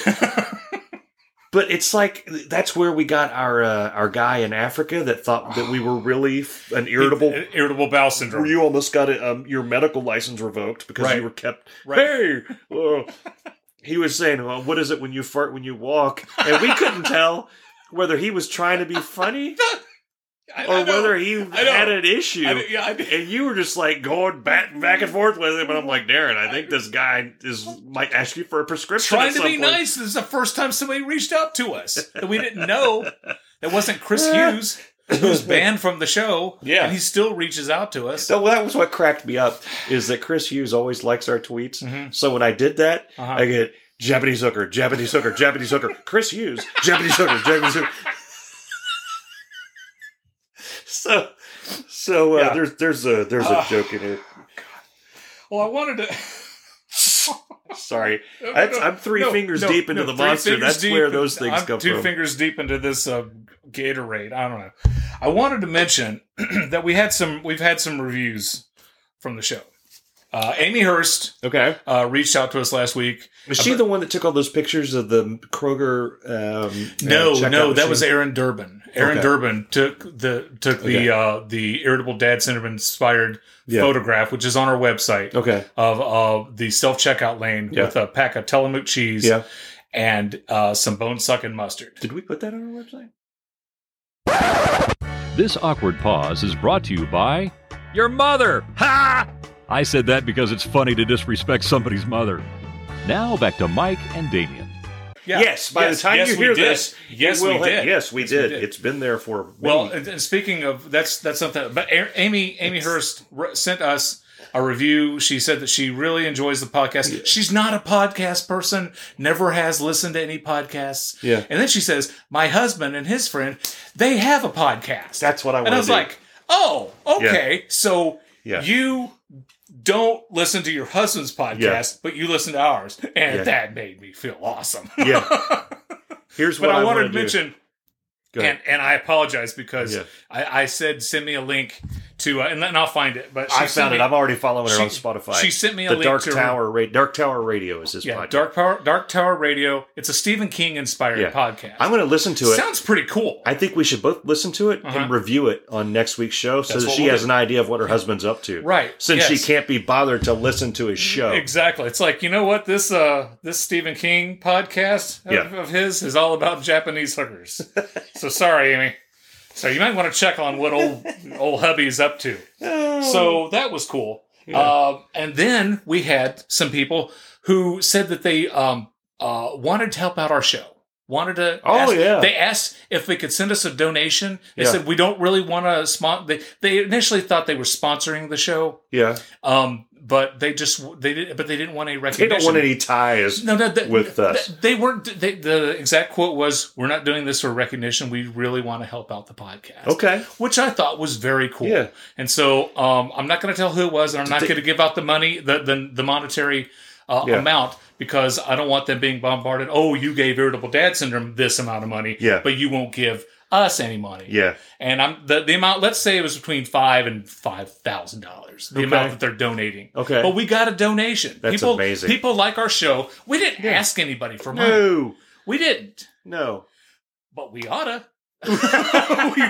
S1: but it's like that's where we got our uh, our guy in Africa that thought that we were really f- an irritable.
S3: Irritable Bowel Syndrome.
S1: You almost got it, um, your medical license revoked because
S3: Right.
S1: you were kept.
S3: Right.
S1: Hey, well, he was saying, well, "What is it when you fart when you walk?" And we couldn't tell whether he was trying to be funny
S3: I- I
S1: or
S3: know.
S1: whether he
S3: know.
S1: had an issue
S3: I, yeah, I,
S1: and you were just like going back back and forth with him, and I'm like, Darren, I think this guy is might ask you for a prescription.
S3: trying
S1: at
S3: to
S1: some
S3: be
S1: point.
S3: nice. This is the first time somebody reached out to us that we didn't know. That wasn't Chris Hughes, who's banned from the show.
S1: Yeah.
S3: and he still reaches out to us.
S1: So that was what cracked me up is that Chris Hughes always likes our tweets. So when I did that,
S3: Mm-hmm. Uh-huh.
S1: I get Japanese hooker, Japanese hooker, Japanese hooker, Chris Hughes, Japanese hooker, Japanese hooker. So, so uh,
S3: Yeah. Ah.
S1: there's there's a there's a joke in it.
S3: Well, I wanted to.
S1: Sorry, That's, I'm three
S3: No,
S1: fingers
S3: no,
S1: deep into
S3: no,
S1: the
S3: three
S1: monster.
S3: fingers
S1: That's
S3: deep
S1: where
S3: in-
S1: those things
S3: I'm
S1: come
S3: two
S1: from.
S3: fingers deep into this uh, Gatorade. I don't know. I wanted to mention that we had some. We've had some reviews from the show. Uh, Amy Hurst
S1: okay.
S3: uh, reached out to us last week.
S1: Was she the one that took all those pictures of the Kroger? Um,
S3: No,
S1: uh, checkout
S3: no, that
S1: machine?
S3: was Aaron Durbin. Aaron
S1: Okay.
S3: Durbin took the took
S1: Okay.
S3: the uh, the irritable dad syndrome inspired
S1: Yeah.
S3: photograph, which is on our website
S1: okay.
S3: of of the self checkout lane
S1: Yeah.
S3: with a pack of Tillamook cheese
S1: Yeah.
S3: and uh, some bone sucking mustard.
S1: Did we put that on our website?
S2: This awkward pause is brought to you by your mother. Ha! I said that because it's funny to disrespect somebody's mother. Now back to Mike and Damien.
S3: Yeah.
S1: Yes, by the time you
S3: we
S1: hear
S3: did.
S1: this,
S3: yes,
S1: It will
S3: we
S1: ha-
S3: did.
S1: Yes, we,
S3: Yes, we
S1: did.
S3: did.
S1: It's been there for
S3: Well,
S1: many-
S3: and, and speaking of that's that's something. But A- Amy Amy Hurst re- sent us a review. She said that she really enjoys the podcast. She's not a podcast person. Never has listened to any podcasts.
S1: Yeah.
S3: And then she says, "My husband and his friend, they have a podcast."
S1: That's what I
S3: And
S1: wanna
S3: I was
S1: do.
S3: like, "Oh, okay. So
S1: Yeah.
S3: you." Don't listen to your husband's podcast,
S1: Yeah.
S3: but you listen to ours, and
S1: Yeah.
S3: that made me feel awesome.
S1: Yeah. here's
S3: but
S1: what
S3: I
S1: I
S3: wanted
S1: wanna
S3: to
S1: do.
S3: mention
S1: Go ahead.
S3: and and I apologize because
S1: Yeah.
S3: I, I said send me a link to uh, and, then I'll find it. But she
S1: I
S3: sent
S1: found
S3: me,
S1: it. I'm already following her
S3: she-
S1: on Spotify.
S3: she sent me a
S1: the
S3: link
S1: Dark
S3: to her-
S1: Tower Radio. Dark Tower Radio is this
S3: yeah,
S1: podcast.
S3: Dark Power, Dark Tower Radio. It's a Stephen King inspired
S1: Yeah.
S3: podcast.
S1: I'm going to listen to it.
S3: Sounds pretty cool.
S1: I think we should both listen to it
S3: Uh-huh.
S1: and review it on next week's show so
S3: That's
S1: that
S3: what
S1: she
S3: we'll
S1: has
S3: do.
S1: an idea of what her husband's up to.
S3: Right,
S1: Since
S3: yes.
S1: she can't be bothered to listen to his show.
S3: Exactly. It's like you know what this uh this Stephen King podcast of,
S1: Yeah.
S3: of his is all about Japanese hookers. so sorry, Amy. So you might want to check on what old old hubby's up to.
S1: Oh.
S3: So that was cool. Um, and then we had some people who said that they um, uh, wanted to help out our show. Wanted to?
S1: Oh,
S3: ask-
S1: yeah.
S3: They asked if they could send us a donation. They
S1: Yeah.
S3: said we don't really want to sponsor. They, they initially thought they were sponsoring the show,
S1: Yeah.
S3: um, but they just they did, but they didn't want any
S1: They
S3: recognition.
S1: don't want any ties.
S3: No, no, th-
S1: with
S3: th-
S1: us.
S3: They weren't. They, the exact quote was, "We're not doing this for recognition. We really want to help out the podcast."
S1: Okay.
S3: which I thought was very cool.
S1: Yeah.
S3: And so um, I'm not going to tell who it was, and I'm not
S1: they-
S3: going to give out the money, the the, the monetary uh,
S1: Yeah.
S3: amount, because I don't want them being bombarded. Oh, you gave irritable dad syndrome this amount of money,
S1: Yeah.
S3: but you won't give us any money.
S1: Yeah.
S3: And I'm the, the amount. Let's say it was between five and five thousand dollars. The
S1: Okay.
S3: amount that they're donating.
S1: Okay.
S3: But we got a donation.
S1: That's
S3: people,
S1: amazing.
S3: People like our show. We didn't ask anybody for money.
S1: No.
S3: We didn't.
S1: No.
S3: But we oughta. we,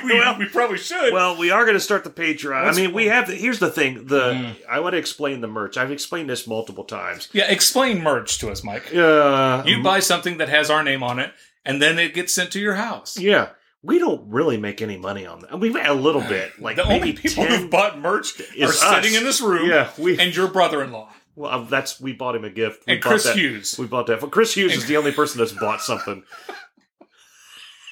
S3: we, we probably should.
S1: Well, we are going to start the Patreon.
S3: What's- Mm.
S1: I mean, we have. The, here's the thing. The I want to explain the merch. I've explained this multiple times.
S3: Yeah, explain merch to us, Mike.
S1: Uh,
S3: You buy something that has our name on it, and then it gets sent to your house.
S1: yeah. We don't really make any money on that. We make a little bit, like
S3: the
S1: maybe
S3: only people
S1: 10.
S3: who've bought merch are
S1: is us.
S3: sitting in this room,
S1: Yeah, we-
S3: and your brother-in-law.
S1: Well, um, that's we bought him a gift. We
S3: And
S1: bought
S3: Chris
S1: that-
S3: Hughes.
S1: We bought that. Well, Chris Hughes is the only person that's bought something,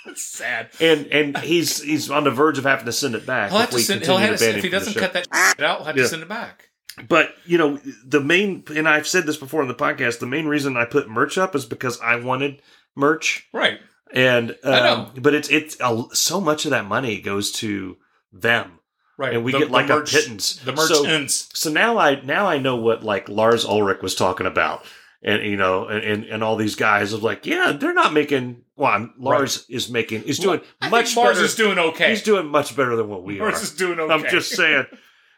S3: That's sad.
S1: and and he's he's on the verge of having to send it back.
S3: He'll
S1: if
S3: have to
S1: we
S3: send. He'll
S1: continue
S3: have
S1: to ban
S3: to, if
S1: him
S3: he
S1: from the
S3: doesn't
S1: show.
S3: cut that shit out, he'll have
S1: Yeah.
S3: to send it back.
S1: But you know the main, and I've said this before on the podcast. The main reason I put merch up is because I wanted merch,
S3: Right.
S1: and um,
S3: know.
S1: but it's it's a, so much of that money goes to them,
S3: Right.
S1: and we
S3: The-
S1: get
S3: the
S1: like
S3: merch-
S1: a pittance.
S3: The merch
S1: So-
S3: ends.
S1: so now I now I know what like Lars Ulrich was talking about, and you know, and and, and all these guys of like, yeah, they're not making. Well, I'm- Lars is making. He's doing
S3: I
S1: much
S3: think Mars
S1: better.
S3: is doing okay.
S1: He's doing much better than what we
S3: Mars is
S1: are.
S3: doing okay.
S1: I'm just saying.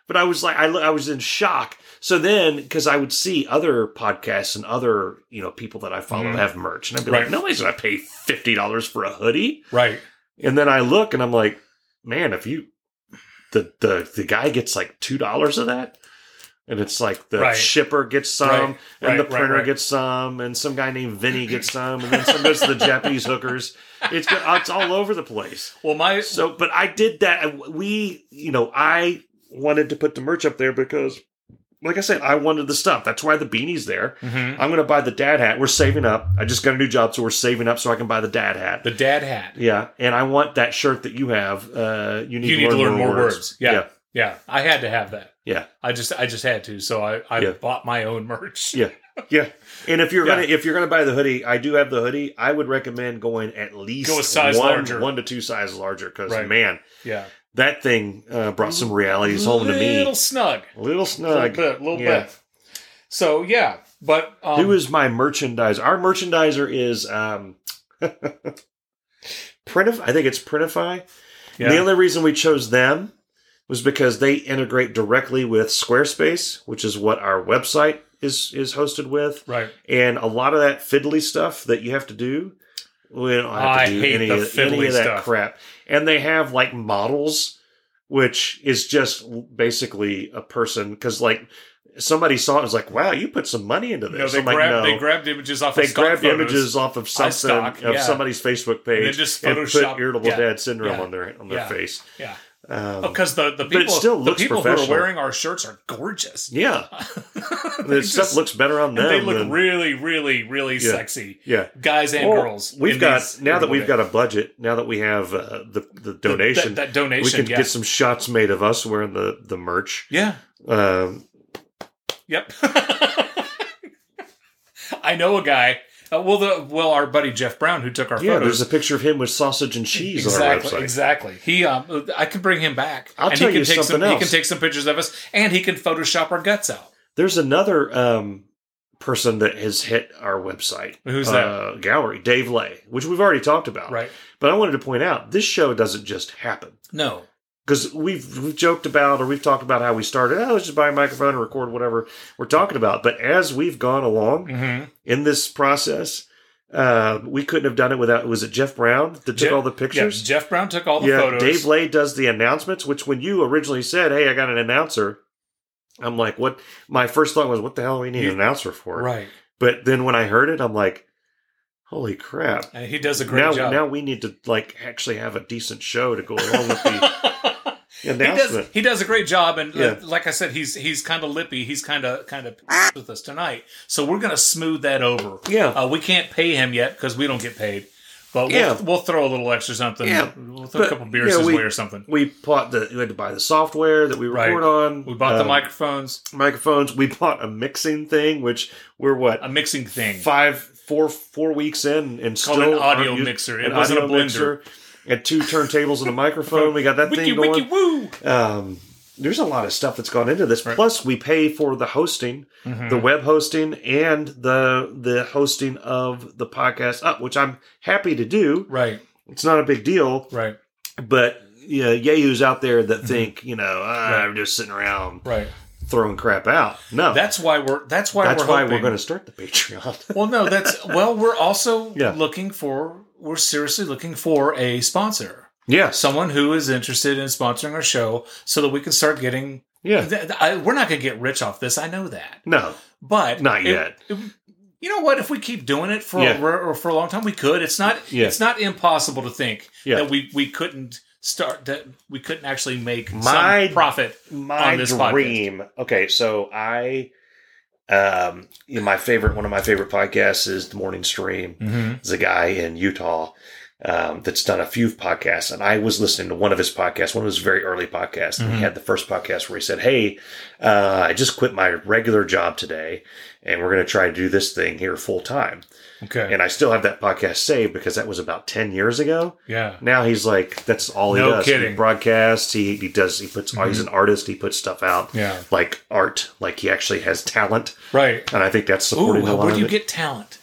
S1: But I was like, I, lo- I was in shock. So then, because I would see other podcasts and other you know people that I follow
S3: Mhm.
S1: have merch, and I'd be
S3: Right.
S1: like, nobody's gonna pay fifty dollars for a hoodie.
S3: right.
S1: And then I look and I'm like, man, if you the the the guy gets like two dollars of that, and it's like the
S3: Right.
S1: shipper gets some,
S3: Right,
S1: and
S3: right,
S1: the
S3: right,
S1: printer
S3: right.
S1: gets some, and some guy named Vinny gets some, and then some goes to the Japanese hookers. It's it's all over the place.
S3: Well, my
S1: So, but I did that. We, you know, I wanted to put the merch up there because, like I said, I wanted the stuff. That's why the beanie's there. I'm going to buy the dad hat. We're saving up. I just got a new job, so we're saving up so I can buy the dad hat.
S3: the dad hat.
S1: Yeah, and I want that shirt that you have. Uh, you need,
S3: You need to learn more words. Yeah.
S1: yeah,
S3: yeah. I had to have that.
S1: yeah,
S3: I just I just had to. So I I
S1: Yeah.
S3: bought my own merch.
S1: yeah. yeah. And if you're
S3: Yeah.
S1: gonna if you're gonna buy the hoodie, I do have the hoodie. I would recommend going at least
S3: Go a size
S1: one,
S3: larger.
S1: one to two sizes larger, because
S3: Right.
S1: man,
S3: Yeah.
S1: that thing uh, brought some realities home to
S3: Little
S1: me.
S3: snug.
S1: Little snug,
S3: little bit, little
S1: Yeah.
S3: bit. So yeah, but um,
S1: Who is my merchandiser? Our merchandiser is um, Printif. I think it's Printify.
S3: yeah,
S1: The only reason we chose them was because they integrate directly with Squarespace, which is what our website is is hosted with,
S3: right?
S1: and a lot of that fiddly stuff that you have to do. We don't have
S3: I
S1: to do
S3: hate
S1: any,
S3: the
S1: of, any
S3: fiddly
S1: of that
S3: stuff.
S1: crap. And they have like models, which is just basically a person because like somebody saw it and was like, wow, you put some money into this.
S3: No, they
S1: I'm like,
S3: grabbed
S1: no.
S3: they grabbed images off.
S1: They
S3: of stock
S1: grabbed
S3: photos.
S1: images off of something
S3: stock,
S1: of
S3: yeah.
S1: somebody's Facebook page
S3: And they just
S1: put
S3: Photoshop-
S1: irritable
S3: yeah,
S1: dad syndrome
S3: yeah,
S1: on their on their
S3: yeah.
S1: face.
S3: Yeah, Oh,
S1: Um,
S3: because the the
S1: but it
S3: people
S1: still
S3: the
S1: looks
S3: people who are
S1: professional.
S3: wearing our shirts are gorgeous.
S1: yeah, the stuff
S3: just-
S1: looks better on
S3: And
S1: them.
S3: they look
S1: than-
S3: really, really, really sexy,
S1: yeah.
S3: guys and
S1: Well,
S3: girls.
S1: We've
S3: in
S1: got
S3: these-
S1: now that
S3: in
S1: we've
S3: the-
S1: got a budget. Now that we have uh, the the
S3: the-
S1: donation,
S3: that, that donation,
S1: we can
S3: yeah.
S1: get some shots made of us wearing the the merch.
S3: yeah,
S1: Um,
S3: Yep. I know a guy. Uh, well, the well, our buddy Jeff Brown, who took our
S1: yeah,
S3: photos.
S1: there's a picture of him with sausage and cheese
S3: exactly,
S1: on our website.
S3: exactly. He, um, I can bring him back.
S1: I'll
S3: and
S1: tell
S3: he can
S1: you
S3: take some,
S1: something
S3: He
S1: else.
S3: can take some pictures of us, and he can Photoshop our guts out.
S1: There's another um, person that has hit our website.
S3: Who's
S1: Uh, gallery Dave Lay, which we've already talked about.
S3: Right?
S1: But I wanted to point out this show doesn't just happen.
S3: No.
S1: because we've, we've joked about or we've talked about how we started. Oh, let's just buy a microphone and record whatever we're talking about. But as we've gone along
S3: Mm-hmm.
S1: in this process, uh, we couldn't have done it without. Was it Jeff Brown that took
S3: Jeff-
S1: all the
S3: Yeah,
S1: pictures?
S3: Jeff Brown took all the
S1: Yeah,
S3: photos.
S1: Dave Lay does the announcements. Which when you originally said, "Hey, I got an announcer," I'm like, "What?" My first thought was, "What the hell do we need
S3: You-
S1: an announcer for?"
S3: right?
S1: But then when I heard it, I'm like, "Holy crap!"
S3: And Uh, he does a great
S1: Now,
S3: job.
S1: now we need to like actually have a decent show to go along with the
S3: he
S1: announcement.
S3: does he does a great job and uh,
S1: Yeah.
S3: like i said he's he's kind of lippy he's kind of kind of with us tonight so we're gonna smooth that over
S1: Yeah.
S3: uh, we can't pay him yet because we don't get paid but
S1: Yeah.
S3: we'll, we'll throw a little extra something
S1: Yeah.
S3: we'll throw a
S1: But,
S3: couple beers
S1: yeah,
S3: his
S1: we-
S3: way or something
S1: we bought the we had to buy the software that we
S3: Right.
S1: record on.
S3: we bought the
S1: um,
S3: microphones
S1: microphones. We bought a mixing thing, which we're what
S3: a mixing thing
S1: five, four, four weeks in, and
S3: Called
S1: still
S3: an audio
S1: aren't used-
S3: mixer.
S1: an
S3: It wasn't a
S1: audio
S3: blender.
S1: mixer. Had two turntables and a microphone. We got that
S3: wiki
S1: thing
S3: wiki
S1: going.
S3: woo
S1: Um, there's a lot of stuff that's gone into this.
S3: Right.
S1: Plus, we pay for the hosting, the web hosting, and the the hosting of the podcast up, which I'm happy to do.
S3: right
S1: It's not a big deal.
S3: right
S1: but you know, yahoos out there that think you know ah, I'm just sitting around
S3: right
S1: throwing crap out. No,
S3: that's why we're that's why
S1: that's
S3: we're
S1: why
S3: hoping-
S1: we're going to start the Patreon.
S3: well no that's well we're also
S1: Yeah.
S3: looking for we're seriously looking for a sponsor
S1: yes,
S3: someone who is interested in sponsoring our show so that we can start getting
S1: yeah,
S3: th- th- I, we're not going to get rich off this i know that
S1: no,
S3: but
S1: Not
S3: it-
S1: yet.
S3: it- you know what if we keep doing it for
S1: Yeah.
S3: a, or for a long time we could it's not
S1: Yeah.
S3: it's not impossible to think
S1: Yeah.
S3: that we we couldn't start that we couldn't actually make
S1: My-
S3: some profit
S1: my
S3: this podcast.
S1: dream. Okay, so I, um, you know, my favorite one of my favorite podcasts is the Morning Stream.
S3: Mm-hmm.
S1: There's a guy in Utah. Um, that's done a few podcasts, and I was listening to one of his podcasts, one of his very early podcasts. And he
S3: Mhm.
S1: had the first podcast where he said, "Hey, uh, I just quit my regular job today, and we're going to try to do this thing here full time."
S3: okay
S1: And I still have that podcast saved because that was about 10 years ago.
S3: yeah
S1: Now he's like, that's all he
S3: No
S1: does.
S3: kidding. Mm-hmm.
S1: He broadcasts, he, he does, he puts, oh, he's an artist, he puts stuff out
S3: yeah
S1: like art, like he actually has talent.
S3: right
S1: And I think that's
S3: Ooh,
S1: supporting a lot
S3: where do
S1: of
S3: you
S1: it.
S3: get talent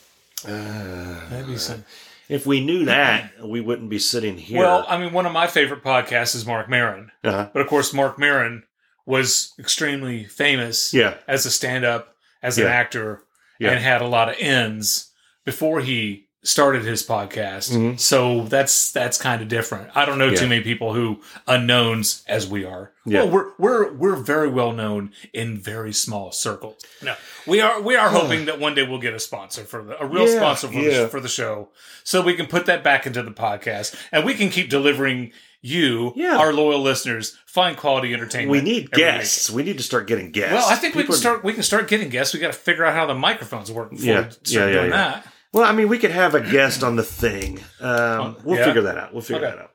S1: Uh,
S3: That'd be some-
S1: if we knew that, we wouldn't be sitting here.
S3: well i mean one of my favorite podcasts is mark marin
S1: uh-huh.
S3: But of course, Mark Maron was extremely famous
S1: yeah,
S3: as a stand up, as an
S1: Yeah.
S3: actor,
S1: Yeah.
S3: and had a lot of ends before he started his podcast.
S1: Mhm.
S3: So that's that's kind of different. I don't know
S1: Yeah.
S3: too many people who unknowns as we are.
S1: Yeah.
S3: Well, we're we're we're very well known in very small circles. No. We are we are hoping that one day we'll get a sponsor for the a real
S1: Yeah,
S3: sponsor for,
S1: yeah.
S3: the, for the show so we can put that back into the podcast and we can keep delivering you,
S1: Yeah.
S3: our loyal listeners, fine quality entertainment.
S1: we need
S3: every
S1: guests. We need to start getting
S3: week.
S1: guests.
S3: Well, I think we
S1: People
S3: can
S1: are-
S3: start. We can start getting guests. We got to figure out how the microphones work before
S1: Yeah,
S3: we start
S1: yeah, yeah,
S3: doing
S1: yeah.
S3: that.
S1: Well, I mean, we could have a guest on the thing. Um,
S3: Oh,
S1: we'll
S3: yeah.
S1: figure that out. We'll figure
S3: Okay.
S1: that out.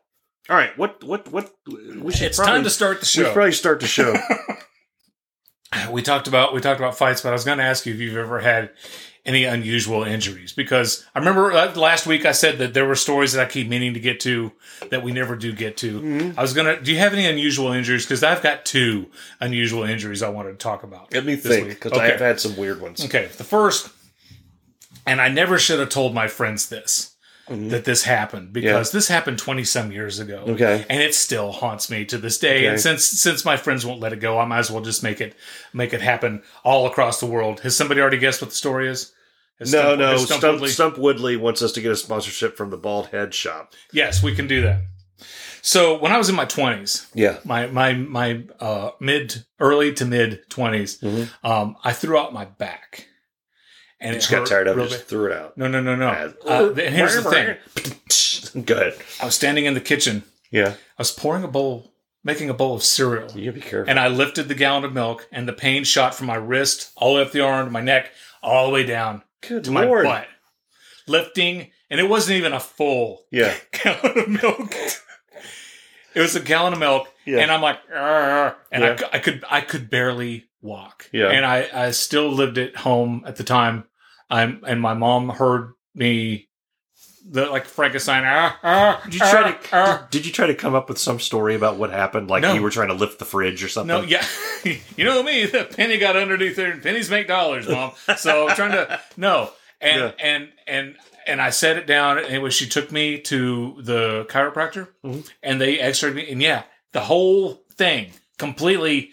S1: All right. What? What? What? We should.
S3: It's
S1: probably,
S3: time to start the
S1: We
S3: show.
S1: should probably start the show.
S3: we talked about we talked about fights, but I was going to ask you if you've ever had any unusual injuries because I remember uh, last week I said that there were stories that I keep meaning to get to that we never do get to.
S1: Mm-hmm.
S3: I was gonna. Do you have any unusual injuries? Because I've got two unusual injuries I wanted to talk about.
S1: Let me
S3: this
S1: think,
S3: week.
S1: because
S3: Okay.
S1: I've had some weird ones.
S3: Okay, the first, and I never should have told my friends this
S1: Mm-hmm.
S3: that this happened because this happened twenty some years ago.
S1: Okay.
S3: and it still haunts me to this day.
S1: Okay.
S3: And since since my friends won't let it go, I might as well just make it make it happen all across the world. Has somebody already guessed what the story is? Has
S1: No,
S3: Stump-
S1: no.
S3: has
S1: Stump,
S3: Woodley-
S1: Stump Woodley wants us to get a sponsorship from the Bald Head Shop.
S3: Yes, we can do that. So when I was in my twenties,
S1: Yeah.
S3: my my my uh, mid early to mid 20s
S1: Mhm.
S3: um, I threw out my back, and
S1: Just got tired of it.
S3: real
S1: Just
S3: bad.
S1: threw it out.
S3: No, no, no, no.
S1: Uh,
S3: Uh, and here's the thing:
S1: Go ahead.
S3: I was standing in the kitchen.
S1: Yeah.
S3: I was pouring a bowl, making a bowl of cereal,
S1: You gotta be careful.
S3: and I lifted the gallon of milk, and the pain shot from my wrist all the way up the arm to my neck, all the way down
S1: Good
S3: to my
S1: lord.
S3: butt. Lifting, and it wasn't even a full
S1: Yeah.
S3: gallon of milk. it was a gallon of milk,
S1: Yeah.
S3: and I'm like, "Arr," and I
S1: Yeah.
S3: cou- I, could I could barely walk.
S1: Yeah.
S3: and I I still lived at home at the time. I'm and my mom heard me. The like Frankenstein. "Arr, arr,
S1: Did you try
S3: arr, arr."
S1: to? Did, did you try to come up with some story about what happened? Like
S3: Er, No.
S1: you were trying to lift the fridge or something?
S3: No, yeah, you know me. The penny got underneath there, and pennies make dollars, mom. So I'm trying to no, and
S1: Yeah.
S3: and and and I set it down, and it was she took me to the chiropractor,
S1: Mhm.
S3: and they X-rayed me, and yeah, the whole thing completely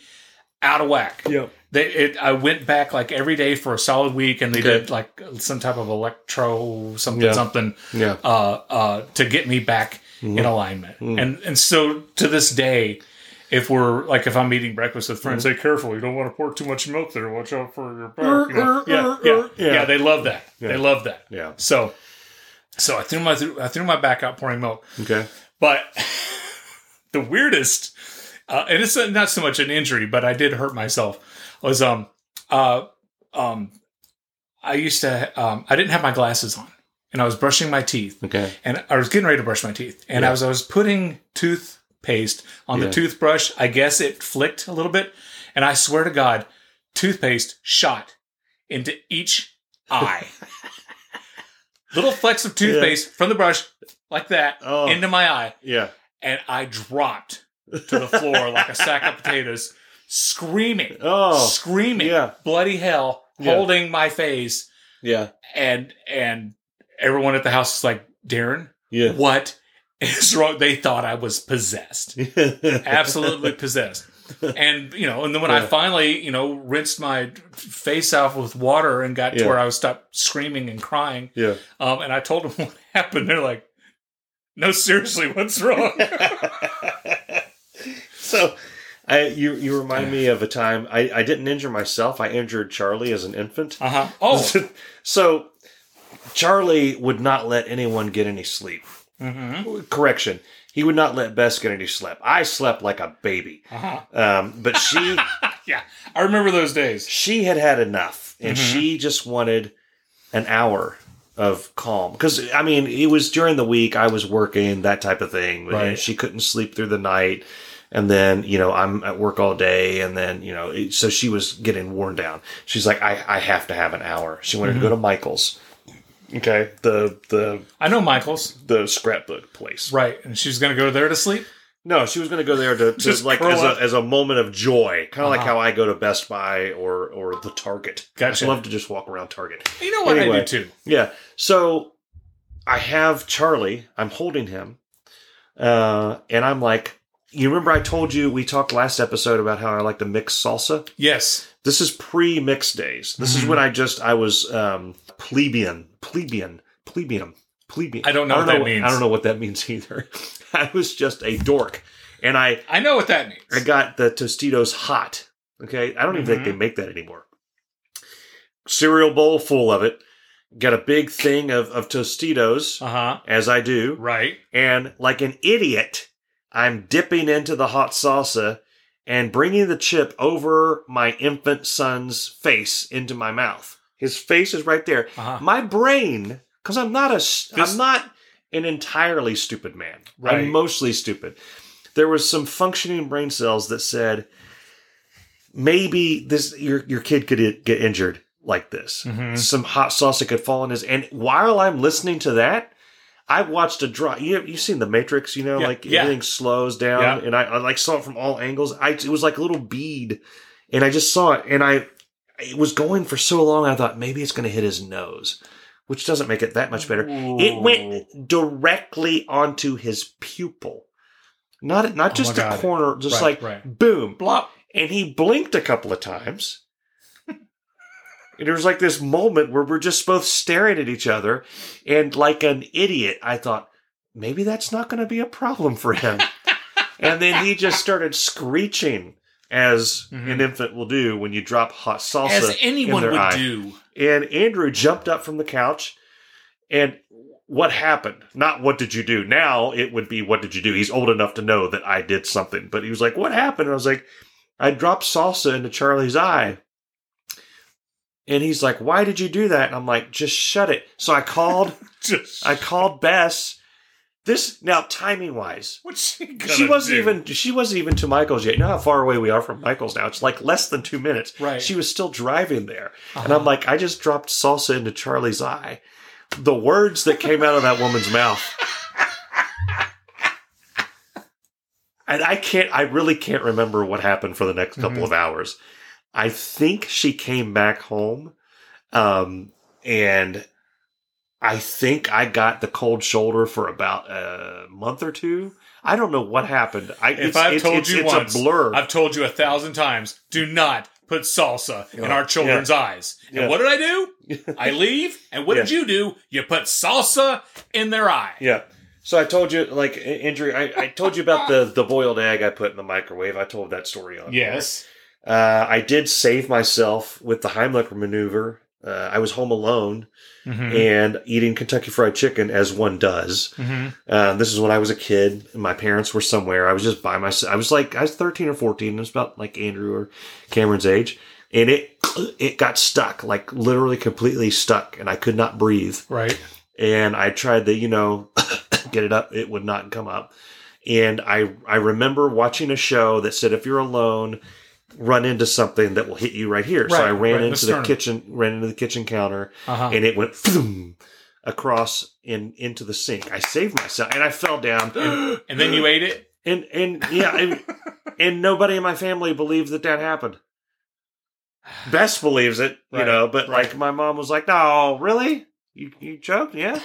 S3: out of whack.
S1: Yep.
S3: They, it, I went back like every day for a solid week, and they
S1: Okay.
S3: did like some type of electro something
S1: Yeah.
S3: something
S1: Yeah.
S3: uh, uh, to get me back in
S1: Mm-hmm.
S3: alignment. And and so to this day, if we're like if I'm eating breakfast with friends, say careful, you don't want to pour too much milk there. Watch out for your back. you know?
S1: Mm-hmm. er,
S3: yeah,
S1: er,
S3: yeah,
S1: er.
S3: yeah,
S1: Yeah.
S3: They love that. They love that.
S1: Yeah.
S3: So so I threw my I threw my back out pouring milk,
S1: Okay.
S3: but the weirdest, uh, and it's not so much an injury, but I did hurt myself. Was um uh um I used to um I didn't have my glasses on, and I was brushing my teeth
S1: Okay.
S3: and I was getting ready to brush my teeth, and
S1: Yeah.
S3: I was I was putting toothpaste on
S1: Yeah.
S3: the toothbrush. I guess it flicked a little bit, and I swear to God, toothpaste shot into each eye. little flecks of toothpaste from the brush, like that,
S1: Oh.
S3: into my eye,
S1: Yeah.
S3: and I dropped to the floor like a sack of potatoes, screaming,
S1: Oh.
S3: screaming,
S1: yeah.
S3: bloody hell,
S1: Yeah.
S3: holding my face,
S1: Yeah.
S3: and and everyone at the house is like, Darren
S1: Yeah.
S3: what is wrong? They thought I was possessed, absolutely possessed. And you know, and then when I
S1: Yeah.
S3: finally, you know, rinsed my face off with water and got
S1: Yeah.
S3: to where I was stopped screaming and crying,
S1: yeah.
S3: um, and I told them what happened, they're like, "No, seriously, what's wrong?"
S1: so I you you remind me of a time I, I didn't injure myself, I injured Charlie as an infant.
S3: uh huh. Oh,
S1: so Charlie would not let anyone get any sleep.
S3: mm-hmm.
S1: Correction. He would not let Bess get any sleep. I slept like a baby.
S3: uh huh.
S1: Um, but she
S3: Yeah, I remember those days.
S1: she had had enough and
S3: Mhm.
S1: she just wanted an hour of calm because i mean it was during the week i was working that type of thing
S3: Right.
S1: and she couldn't sleep through the night and then you know i'm at work all day and then you know it, so she was getting worn down she's like i, I have to have an hour she wanted to go to michael's okay the the
S3: I know Michael's
S1: the scrapbook place
S3: right, and she's gonna go there to sleep.
S1: no, she was going to go there to, to
S3: Just
S1: like
S3: curl
S1: as
S3: up.
S1: a, as a moment of joy, kind of like
S3: Uh-huh.
S1: how I go to Best Buy or or the Target.
S3: Gotcha.
S1: I love to just walk around Target.
S3: You know what I
S1: Anyway.
S3: do too.
S1: Yeah. So I have Charlie. I'm holding him, uh, and I'm like, you remember I told you we talked last episode about how I like to mix salsa.
S3: Yes.
S1: This is pre-mix days. This is
S3: Mhm.
S1: when I just I was um, plebeian, plebeian, plebeian, plebeian.
S3: I don't know what that means.
S1: I don't know what that means either. I was just a dork, and I
S3: I know what that means.
S1: I got the Tostitos hot. Okay. I don't even think
S3: Mhm.
S1: they make that anymore. Cereal bowl full of it. Got a big thing of, of Tostitos,
S3: Uh huh.
S1: as I do.
S3: Right.
S1: And like an idiot, I'm dipping into the hot salsa and bringing the chip over my infant son's face into my mouth. His face is right there.
S3: Uh huh.
S1: My brain, because I'm not a, s-
S3: This-
S1: am not an entirely stupid man.
S3: Right.
S1: I'm mostly stupid. There was some functioning brain cells that said maybe this your your kid could i- get injured like this.
S3: Mhm.
S1: Some hot sauce that could fall in his. And while I'm listening to that. I watched a draw. You you've seen The Matrix, you know,
S3: Yeah,
S1: like
S3: yeah.
S1: everything slows down,
S3: Yeah.
S1: and I, I like saw it from all angles. I it was like a little bead, and I just saw it, and I it was going for so long. I thought maybe it's going to hit his nose, which doesn't make it that much better. It went directly onto his pupil, not not
S3: Oh
S1: just
S3: my
S1: the
S3: God.
S1: corner, just like
S3: Right, right.
S1: boom,
S3: Blop.
S1: and he blinked a couple of times. and there was like this moment where we're just both staring at each other, and like an idiot, I thought maybe that's not going to be a problem for him. and then he just started screeching as
S3: Mhm.
S1: an infant will do when you drop hot salsa
S3: As
S1: in
S3: anyone
S1: their
S3: would
S1: eye.
S3: do.
S1: And Andrew jumped up from the couch, and what happened? Not what did you do? Now it would be what did you do? He's old enough to know that I did something, but he was like, "What happened?" And I was like, "I dropped salsa into Charlie's eye." And he's like, "Why did you do that?" And I'm like, "Just shut it." So I called.
S3: Just
S1: I called Bess. This now timing wise,
S3: what's she gonna
S1: she wasn't
S3: do?
S1: even she wasn't even to Michael's yet. You know how far away we are from Michael's now. It's like less than two minutes.
S3: Right.
S1: She was still driving there, and
S3: Uh-huh.
S1: I'm like, I just dropped salsa into Charlie's eye. The words that came out of that woman's mouth, and I can't. I really can't remember what happened for the next couple
S3: Mhm.
S1: of hours. I think she came back home, um, and I think I got the cold shoulder for about a month or two. I don't know what happened. I,
S3: If I've told you
S1: it's
S3: once,
S1: a blur.
S3: I've told you a thousand times, do not put salsa in
S1: Yeah.
S3: our children's eyes. And
S1: Yeah.
S3: what did I do? I leave. And what did you do? You put salsa in their eye.
S1: Yeah. So I told you, like i- injury. I, I told you about the the boiled egg I put in the microwave. I told that story on.
S3: Yes.
S1: Uh, I did save myself with the Heimlich maneuver. Uh, I was home alone
S3: Mm-hmm.
S1: and eating Kentucky Fried Chicken as one does.
S3: Mm-hmm.
S1: Uh, this is when I was a kid. My parents were somewhere. I was just by myself. I was like I was thirteen or fourteen. It was about like Andrew or Cameron's age, and it it got stuck, like literally completely stuck, and I could not breathe
S3: Right.
S1: and I tried to, you know, get it up. It would not come up. And I I remember watching a show that said if you're alone, run into something that will hit you right here. so
S3: Right,
S1: I ran
S3: right in the
S1: into the,
S3: sternum.
S1: kitchen, ran into the kitchen counter,
S3: Uh-huh.
S1: and it went boom across and into the sink. I saved myself, and I fell down. And
S3: and then you ate it.
S1: and, and yeah, and, and nobody in my family believed that that happened. Bess believes it, you
S3: Right,
S1: know, but
S3: right.
S1: like my mom was like, "No, really? You you choked? Yeah."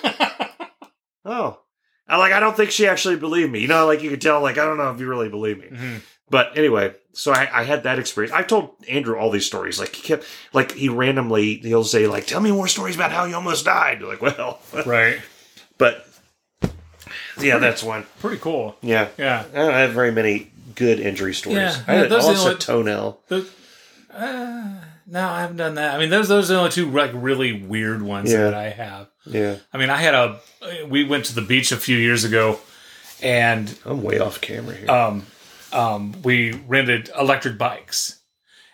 S1: oh I, like i don't think she actually believed me you know like you could tell like i don't know if you really believe me
S3: Mhm.
S1: but anyway so i, I had that experience i told andrew all these stories like he kept like he randomly he'll say like tell me more stories about how you almost died You're like well
S3: Right.
S1: but yeah that's one
S3: Pretty cool.
S1: yeah
S3: Yeah.
S1: i don't have very many good injury stories
S3: Yeah,
S1: i had
S3: those are the
S1: also
S3: only-
S1: toenail
S3: The- uh, no, I haven't done that. I mean, those those are the only two like really weird ones
S1: Yeah.
S3: that I have.
S1: yeah
S3: I mean, I had a. We went to the beach a few years ago, and
S1: i'm way off camera here
S3: um, um, we rented electric bikes.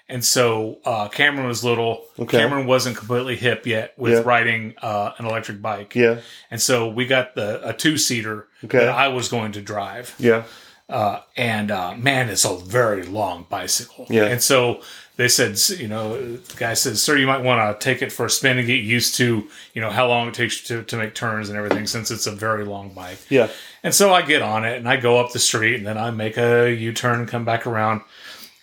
S3: And so uh, Cameron was little.
S1: Okay.
S3: Cameron wasn't completely hip yet with
S1: Yeah.
S3: riding uh, an electric bike.
S1: yeah
S3: And so we got the a two seater
S1: Okay.
S3: that I was going to drive
S1: yeah
S3: uh, and uh, man, it's a very long bicycle.
S1: Yeah.
S3: And so they said, s- you know, the guy says, sir, you might want to take it for a spin and get used to, you know, how long it takes to, to make turns and everything since it's a very long bike.
S1: yeah
S3: And so I get on it and I go up the street and then I make a U turn, come back around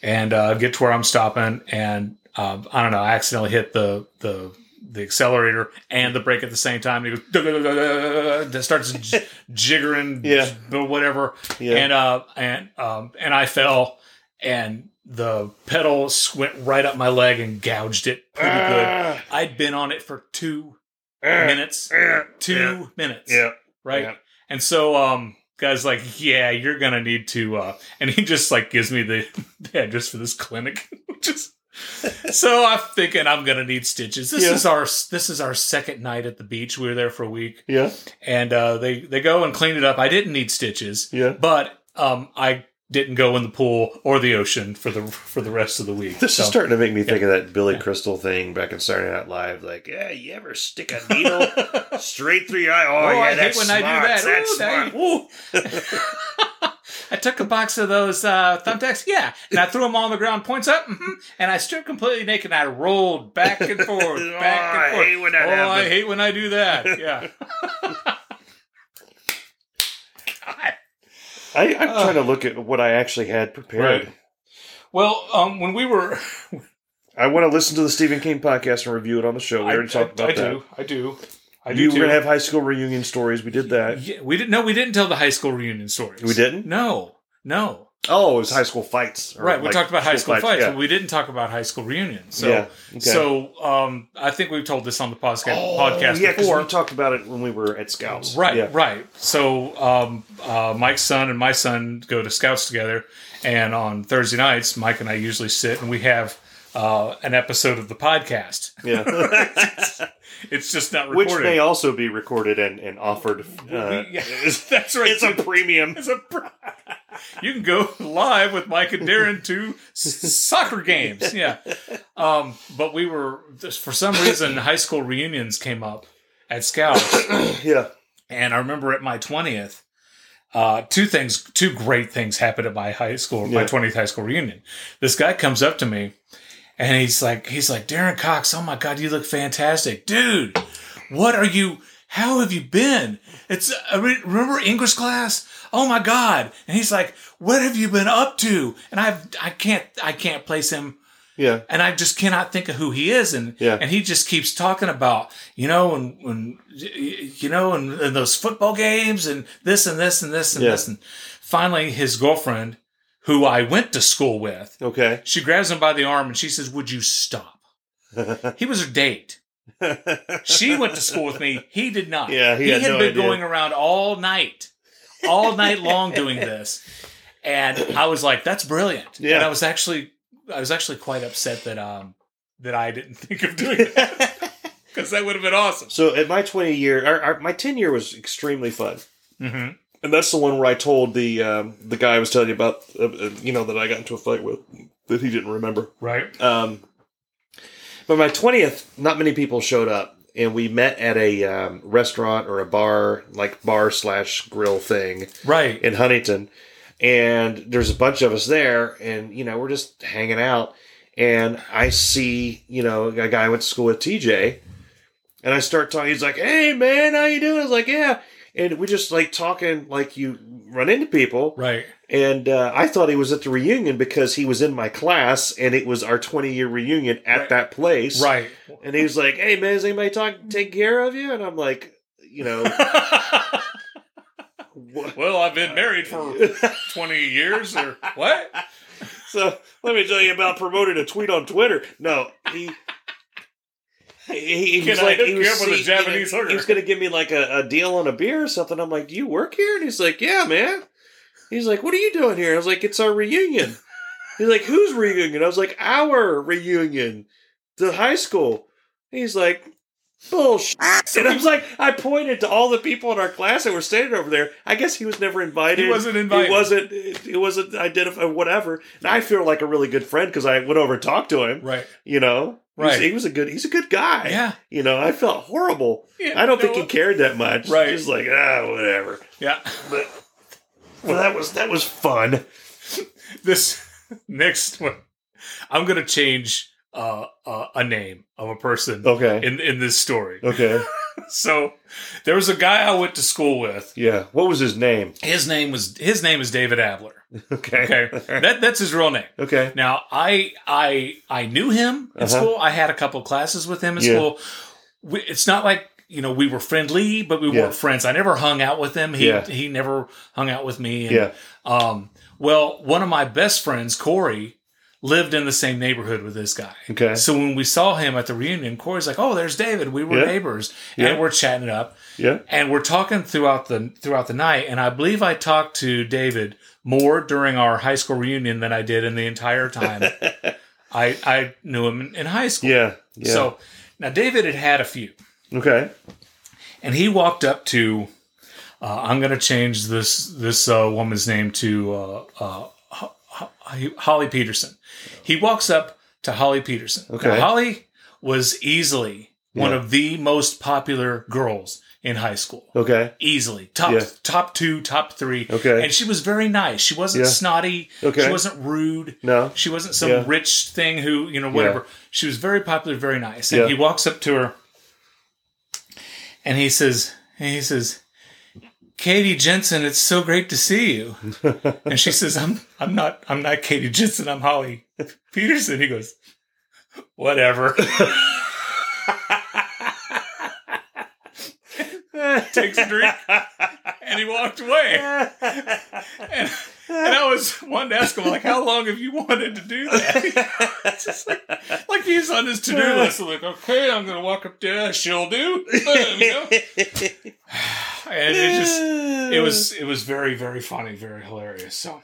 S3: and uh, get to where I'm stopping. And um, I don't know, I accidentally hit the, the, the accelerator and the brake at the same time. And it goes, that starts j- jiggering,
S1: Yeah.
S3: but whatever.
S1: Yeah.
S3: And, uh, and, um, and I fell and the pedal s- went right up my leg and gouged it pretty good.
S1: Ah,
S3: I'd been on it for two minutes, two minutes
S1: yeah
S3: right?
S1: Yeah.
S3: And so, um, guys, like, yeah, you're gonna need to, uh, and he just like gives me the, the address for this clinic. just so I'm thinking I'm gonna need stitches. This
S1: Yeah.
S3: is our this is our second night at the beach. We were there for a week,
S1: yeah
S3: and uh, they they go and clean it up. I didn't need stitches,
S1: yeah
S3: but um, I didn't go in the pool or the ocean for the for the rest of the week.
S1: This is
S3: So-
S1: starting to make me think of that Billy Crystal thing back in Saturday Night Live. Like, yeah, you ever stick a needle straight through your eye? Oh,
S3: Oh,
S1: yeah,
S3: I hate
S1: that's
S3: when
S1: smart.
S3: I do that.
S1: That's
S3: Ooh,
S1: smart.
S3: that- ooh. I took a box of those uh, thumbtacks, yeah, and I threw them all on the ground, points up, hmm and I stripped completely naked. and I rolled back and forth,
S1: Oh,
S3: back
S1: I
S3: and forth.
S1: hate when that
S3: oh, I
S1: happens.
S3: hate when I do that. Yeah. God.
S1: I, I'm trying to look at what I actually had prepared.
S3: Right. Well, um, when we were,
S1: I want to listen to the Stephen King podcast and review it on the show. We
S3: I,
S1: already talked about
S3: I,
S1: that.
S3: do, I do, I do.
S1: you were
S3: too.
S1: going to have high school reunion stories. We did that.
S3: Yeah, we didn't. No, we didn't tell the high school reunion stories.
S1: We didn't?
S3: No, no.
S1: Oh, it was high school fights. or
S3: Right, we
S1: like
S3: talked about high school fights,
S1: yeah.
S3: but we didn't talk about high school reunions. So,
S1: Yeah, okay.
S3: so um, I think we've told this on the podcast,
S1: Oh,
S3: podcast
S1: yeah, 'cause
S3: before.
S1: we talked about it when we were at Scouts.
S3: Right,
S1: Yeah.
S3: right. So um, uh, Mike's son and my son go to scouts together, and on Thursday nights, Mike and I usually sit and we have uh, an episode of the podcast.
S1: Yeah.
S3: It's just not
S1: Which
S3: recorded.
S1: may also be recorded and, and offered. Uh,
S3: Yeah, that's right.
S1: it's a premium.
S3: It's a pr- you can go live with Mike and Darren to s- soccer games. Yeah. Um, but we were, for some reason, high school reunions came up at Scouts.
S1: Yeah.
S3: And I remember at my 20th, uh, two things, two great things happened at my high school, my
S1: Yeah.
S3: 20th high school reunion. This guy comes up to me and he's like, he's like, Darren Cox, oh my God, you look fantastic. Dude, what are you, how have you been? It's, I re- remember English class? Oh my God. And he's like, what have you been up to? And I've, I can't, I can't place him
S1: Yeah.
S3: and I just cannot think of who he is. And
S1: Yeah.
S3: and he just keeps talking about you know and when you know and, and those football games and this and this and this and
S1: Yeah.
S3: this and finally his girlfriend, who I went to school with,
S1: Okay.
S3: she grabs him by the arm and she says, "Would you stop?" he was her date. She went to school with me. He did not.
S1: Yeah, he had no
S3: been
S1: idea.
S3: going around all night, all night long doing this, and I was like, "That's brilliant."
S1: Yeah.
S3: And I was actually, I was actually quite upset that um that I didn't think of doing that because that would have been awesome.
S1: so at my 20 year, our, our, my 10 year was extremely fun.
S3: Mm-hmm.
S1: And that's the one where I told the um, the guy I was telling you about, uh, uh, you know, that I got into a fight with that he didn't remember.
S3: Right.
S1: Um, but my 20th, not many people showed up. And we met at a um, restaurant or a bar, like bar slash grill thing.
S3: Right.
S1: in Huntington, and there's a bunch of us there, and you know we're just hanging out, and I see you know a guy I went to school with TJ, and I start talking. He's like, "Hey man, how you doing?" I was like, "Yeah," and we just like talking like you run into people,
S3: Right.
S1: and uh, I thought he was at the reunion because he was in my class, and it was our 20 year reunion at
S3: Right.
S1: that place,
S3: Right.
S1: And he was like, "Hey man, is anybody talk take care of you?" And I'm like, you know. what?
S3: well, I've been married for twenty years, or what?
S1: So let me tell you about promoting a tweet on Twitter. No, he. He, he
S3: Can
S1: was
S3: I
S1: like,
S3: hook
S1: he
S3: you
S1: was,
S3: up with a
S1: see-
S3: Japanese
S1: he,
S3: hooker?
S1: was going to give me like a, a deal on a beer or something. I'm like, do you work here? And he's like, yeah, man. He's like, what are you doing here? I was like, it's our reunion. He's like, whose reunion? I was like, our reunion, the high school. He's like, bullshit. And I was like, I pointed to all the people in our class that were standing over there. I guess he was never invited.
S3: He wasn't invited.
S1: He wasn't. It wasn't identified. Whatever. And I feel like a really good friend because I went over and talked to him.
S3: Right.
S1: You know. He's-
S3: Right.
S1: He was a good. He's a good guy.
S3: Yeah.
S1: You know. I felt horrible.
S3: Yeah,
S1: I don't
S3: you
S1: think
S3: know
S1: he
S3: what?
S1: cared that much.
S3: Right.
S1: Just like ah, whatever.
S3: Yeah.
S1: But well, that was that was fun.
S3: this next one i'm gonna change uh, uh, a name of a person
S1: Okay.
S3: in in this story
S1: Okay.
S3: so there was a guy i went to school with
S1: Yeah. What was his name?
S3: his name was his name is david adler
S1: Okay.
S3: okay that that's his real name
S1: Okay.
S3: now i i i knew him in
S1: Uh-huh.
S3: school i had a couple of classes with him in
S1: Yeah.
S3: school we, it's not like you know we were friendly but we
S1: Yeah.
S3: weren't friends i never hung out with him he
S1: Yeah.
S3: he never hung out with me and
S1: Yeah.
S3: um, well, one of my best friends, Corey, lived in the same neighborhood with this guy.
S1: Okay.
S3: So when we saw him at the reunion, Corey's like, "Oh, there's David. We were
S1: Yeah.
S3: neighbors,
S1: Yeah.
S3: and we're chatting it up,
S1: Yeah.
S3: and we're talking throughout the throughout the night. And I believe I talked to David more during our high school reunion than I did in the entire time I I knew him in, in high school.
S1: Yeah. Yeah.
S3: So now David had had a few
S1: okay.
S3: and he walked up to uh, i'm going to change this this uh, woman's name to uh, uh, Ho- Ho- holly peterson he walks up to holly peterson
S1: Okay.
S3: Now, holly was easily one
S1: Yeah.
S3: of the most popular girls in high school
S1: Okay.
S3: easily top
S1: Oh. Yeah.
S3: top two top three
S1: Okay.
S3: and she was very nice she wasn't
S1: Yeah.
S3: snotty
S1: Okay.
S3: she wasn't rude
S1: No.
S3: she wasn't some
S1: Yeah.
S3: rich thing who, you know, whatever. She was very popular, very nice. And
S1: Yeah.
S3: he walks up to her and he says, and he says, Katie Jensen, it's so great to see you. and she says, I'm I'm not I'm not Katie Jensen, I'm Holly Peterson. He goes, Whatever. Takes a drink and he walked away. And And I was wanting to ask him, like, how long have you wanted to do that? It's just like, like he's on his to do list. I'm like, okay, I'm going to walk up there. She'll do. Boom, you know? And it just, it was, it was very, very funny, very hilarious. So,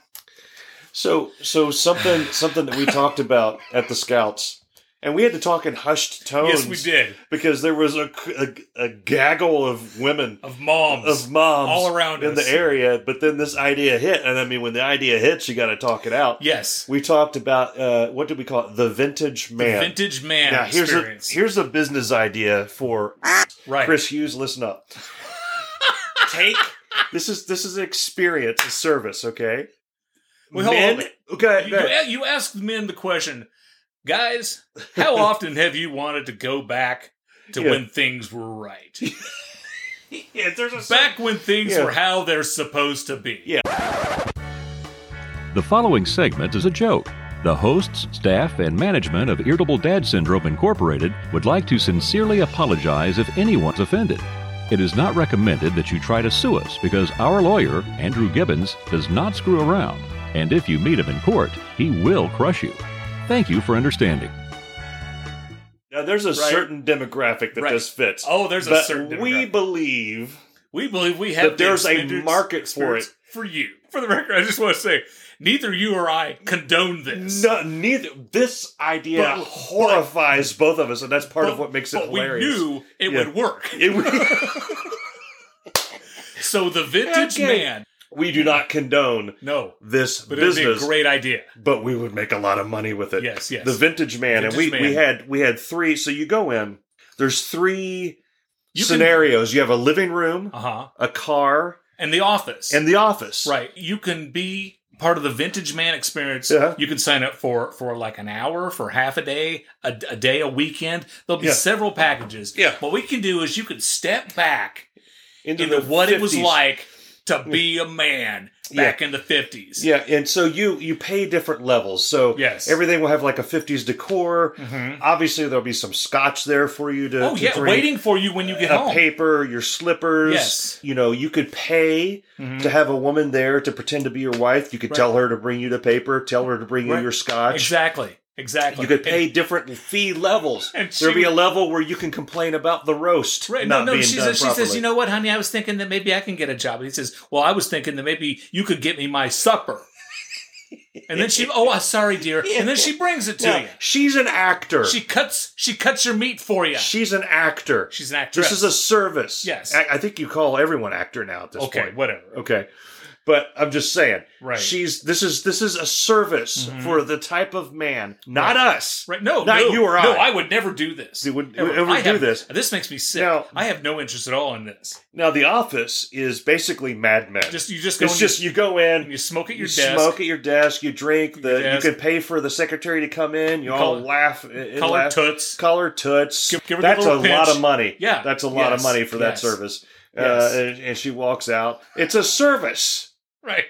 S1: So so something something that we talked about at the Scouts, and we had to talk in hushed tones.
S3: yes, we did.
S1: because there was a a, a gaggle of women
S3: Of moms.
S1: of moms
S3: all around
S1: in
S3: us.
S1: the area. But then this idea hit, and I mean, when the idea hits, you got to talk it out.
S3: yes.
S1: We talked about uh, what did we call it? The vintage man.
S3: Vintage man
S1: now here's
S3: experience.
S1: a here's a business idea for
S3: right.
S1: Chris Hughes, listen up. Take this is this is an experience, a service, okay?
S3: Well, hold
S1: Men-
S3: on.
S1: okay.
S3: you,
S1: no.
S3: you, you ask men the question, guys, how often have you wanted to go back to
S1: Yeah.
S3: when things were right?
S1: Yeah, there's a
S3: Back when things
S1: Yeah.
S3: were how they're supposed to be.
S1: Yeah.
S2: The following segment is a joke. The hosts, staff, and management of Irritable Dad Syndrome Incorporated would like to sincerely apologize if anyone's offended. It is not recommended that you try to sue us because our lawyer, Andrew Gibbons, does not screw around, and if you meet him in court, he will crush you. Thank you for understanding.
S1: now, there's a certain demographic that
S3: Right.
S1: this fits.
S3: Oh, there's a
S1: but
S3: certain
S1: we
S3: demographic.
S1: believe
S3: We believe we
S1: that
S3: have the
S1: there's a
S3: experience-
S1: market for it.
S3: experience for you. For the record, I just want to say, neither you or I condone this.
S1: no, neither this idea
S3: But-
S1: horrifies both of us, and that's part
S3: But-
S1: of what makes it
S3: but
S1: hilarious.
S3: We knew it
S1: Yeah.
S3: would work.
S1: It-
S3: So the vintage
S1: Okay.
S3: man,
S1: we, we do not condone
S3: no,
S1: this
S3: but it would be a
S1: business,
S3: great idea.
S1: but we would make a lot of money with it.
S3: Yes, yes.
S1: the vintage man and
S3: Vintage
S1: we, we
S3: man.
S1: had we had three so you go in there's three
S3: You can-
S1: scenarios you have a living room
S3: uh huh.
S1: a car
S3: And the office.
S1: and the office
S3: Right. You can be part of the vintage man experience.
S1: Yeah.
S3: You can sign up for for like an hour, for half a day, a, a day, a weekend. There'll be
S1: Yeah.
S3: several packages.
S1: Yeah.
S3: What we can do is you can step back
S1: into,
S3: into
S1: the
S3: what it was
S1: 50s.
S3: like to be a man back in the 50s.
S1: yeah and so you you pay different levels so
S3: Yes.
S1: everything will have like a 50s decor
S3: Mhm.
S1: obviously there'll be some scotch there for you to
S3: Oh,
S1: to
S3: yeah.
S1: drink.
S3: Waiting for you when you get
S1: a
S3: home.
S1: paper your slippers
S3: Yes.
S1: you know you could pay
S3: Mhm.
S1: to have a woman there to pretend to be your wife you could
S3: Right.
S1: tell her to bring you the paper tell her to bring you
S3: Right.
S1: your scotch
S3: Exactly. Exactly.
S1: You could pay different fee levels.
S3: And she
S1: There'd be a
S3: would-
S1: level where you can complain about the roast
S3: Right.
S1: not
S3: No, no.
S1: being
S3: She
S1: done
S3: says, she
S1: properly.
S3: says, you know what, honey? I was thinking that maybe I can get a job. And he says, well, I was thinking that maybe you could get me my supper. And then she, oh, I'm sorry, dear. And then she brings it to
S1: Yeah,
S3: you.
S1: she's an actor.
S3: She cuts, she cuts your meat for you.
S1: she's an actor.
S3: She's an actress.
S1: this is a service.
S3: Yes.
S1: I, I think you call everyone actor now at this
S3: okay,
S1: point.
S3: whatever.
S1: Okay. But I'm just saying,
S3: Right. Mm-hmm.
S1: she's this is this is a service for the type of man, not us.
S3: Right? No,
S1: Not
S3: no,
S1: you or
S3: No,
S1: I.
S3: I would never do this.
S1: You wouldn't-
S3: Ever.
S1: you ever
S3: I
S1: do
S3: have-
S1: this.
S3: This makes me sick.
S1: Now-
S3: I have no interest at all in this.
S1: Now, The Office is basically Mad Men.
S3: Just you just go
S1: it's
S3: and you-
S1: just you go in,
S3: and you smoke at your
S1: you
S3: desk.
S1: smoke at your desk. You drink. The
S3: Your desk.
S1: you can pay for the secretary to come in. You, all
S3: call her-
S1: laugh. and
S3: call her
S1: laugh.
S3: toots.
S1: Call her toots.
S3: Give- give her the
S1: That's a
S3: little
S1: lot
S3: pinch.
S1: of money.
S3: Yeah.
S1: that's a lot of
S3: Yes.
S1: money for that
S3: Yes.
S1: service.
S3: Yes.
S1: Uh, and, and she walks out. It's a service.
S3: Right.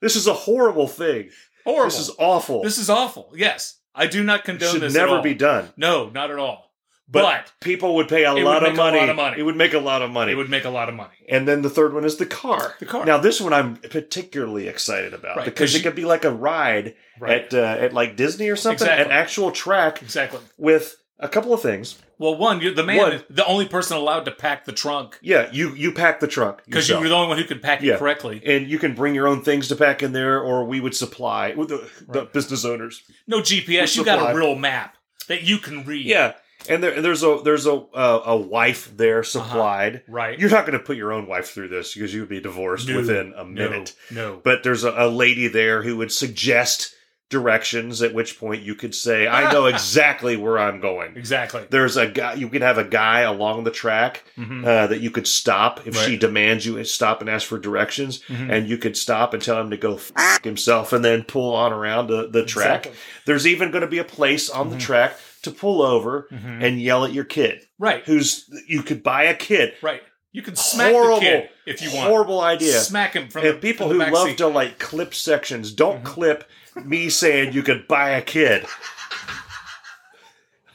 S1: This is a horrible thing.
S3: Horrible.
S1: This is awful.
S3: This is awful. Yes, I do not
S1: It
S3: condone
S1: should
S3: this. at
S1: never
S3: all.
S1: be done.
S3: No, not at all.
S1: But,
S3: But,
S1: people would pay a
S3: would
S1: lot, of
S3: make a lot
S1: money.
S3: of money.
S1: It would make a lot of money.
S3: it would make a lot of money.
S1: and then the third one is the car.
S3: The car.
S1: Now this one I'm particularly excited about
S3: Right,
S1: because
S3: 'cause
S1: it
S3: you-
S1: could be like a ride
S3: Right.
S1: at uh, at like Disney or something, an
S3: Exactly.
S1: actual track
S3: exactly.
S1: with a couple of things.
S3: Well, one, you're the man,
S1: One.
S3: the only person allowed to pack the trunk
S1: Yeah, you you pack the trunk
S3: because you
S1: yourself.
S3: were the only one who could pack
S1: Yeah.
S3: it correctly.
S1: and you can bring your own things to pack in there, or we would supply with the, the business owners.
S3: No GPS. You
S1: supply.
S3: got a real map that you can read.
S1: Yeah, and there and there's a there's a uh, a wife there supplied.
S3: Uh-huh. Right.
S1: You're not going to put your own wife through this because you would be divorced
S3: No,
S1: within a
S3: no,
S1: minute.
S3: No.
S1: But there's a, a lady there who would suggest directions, at which point you could say, "I know exactly where I'm going."
S3: exactly.
S1: there's a guy you can have a guy along the track
S3: Mhm.
S1: uh, that you could stop if she
S3: Right.
S1: demands you stop and ask for directions
S3: Mhm.
S1: and you could stop and tell him to go f- himself and then pull on around the, the track
S3: Exactly. Mm-hmm.
S1: there's even going to be a place on the track to pull over
S3: Mhm.
S1: and yell at your kid
S3: Right.
S1: who's you could buy a kid
S3: Right. You can smack
S1: horrible
S3: the kid if you want.
S1: horrible idea
S3: Smack him from
S1: and
S3: the,
S1: people
S3: from
S1: who
S3: the back
S1: love
S3: seat.
S1: to
S3: Mm-hmm.
S1: like clip sections don't clip me saying you could buy a kid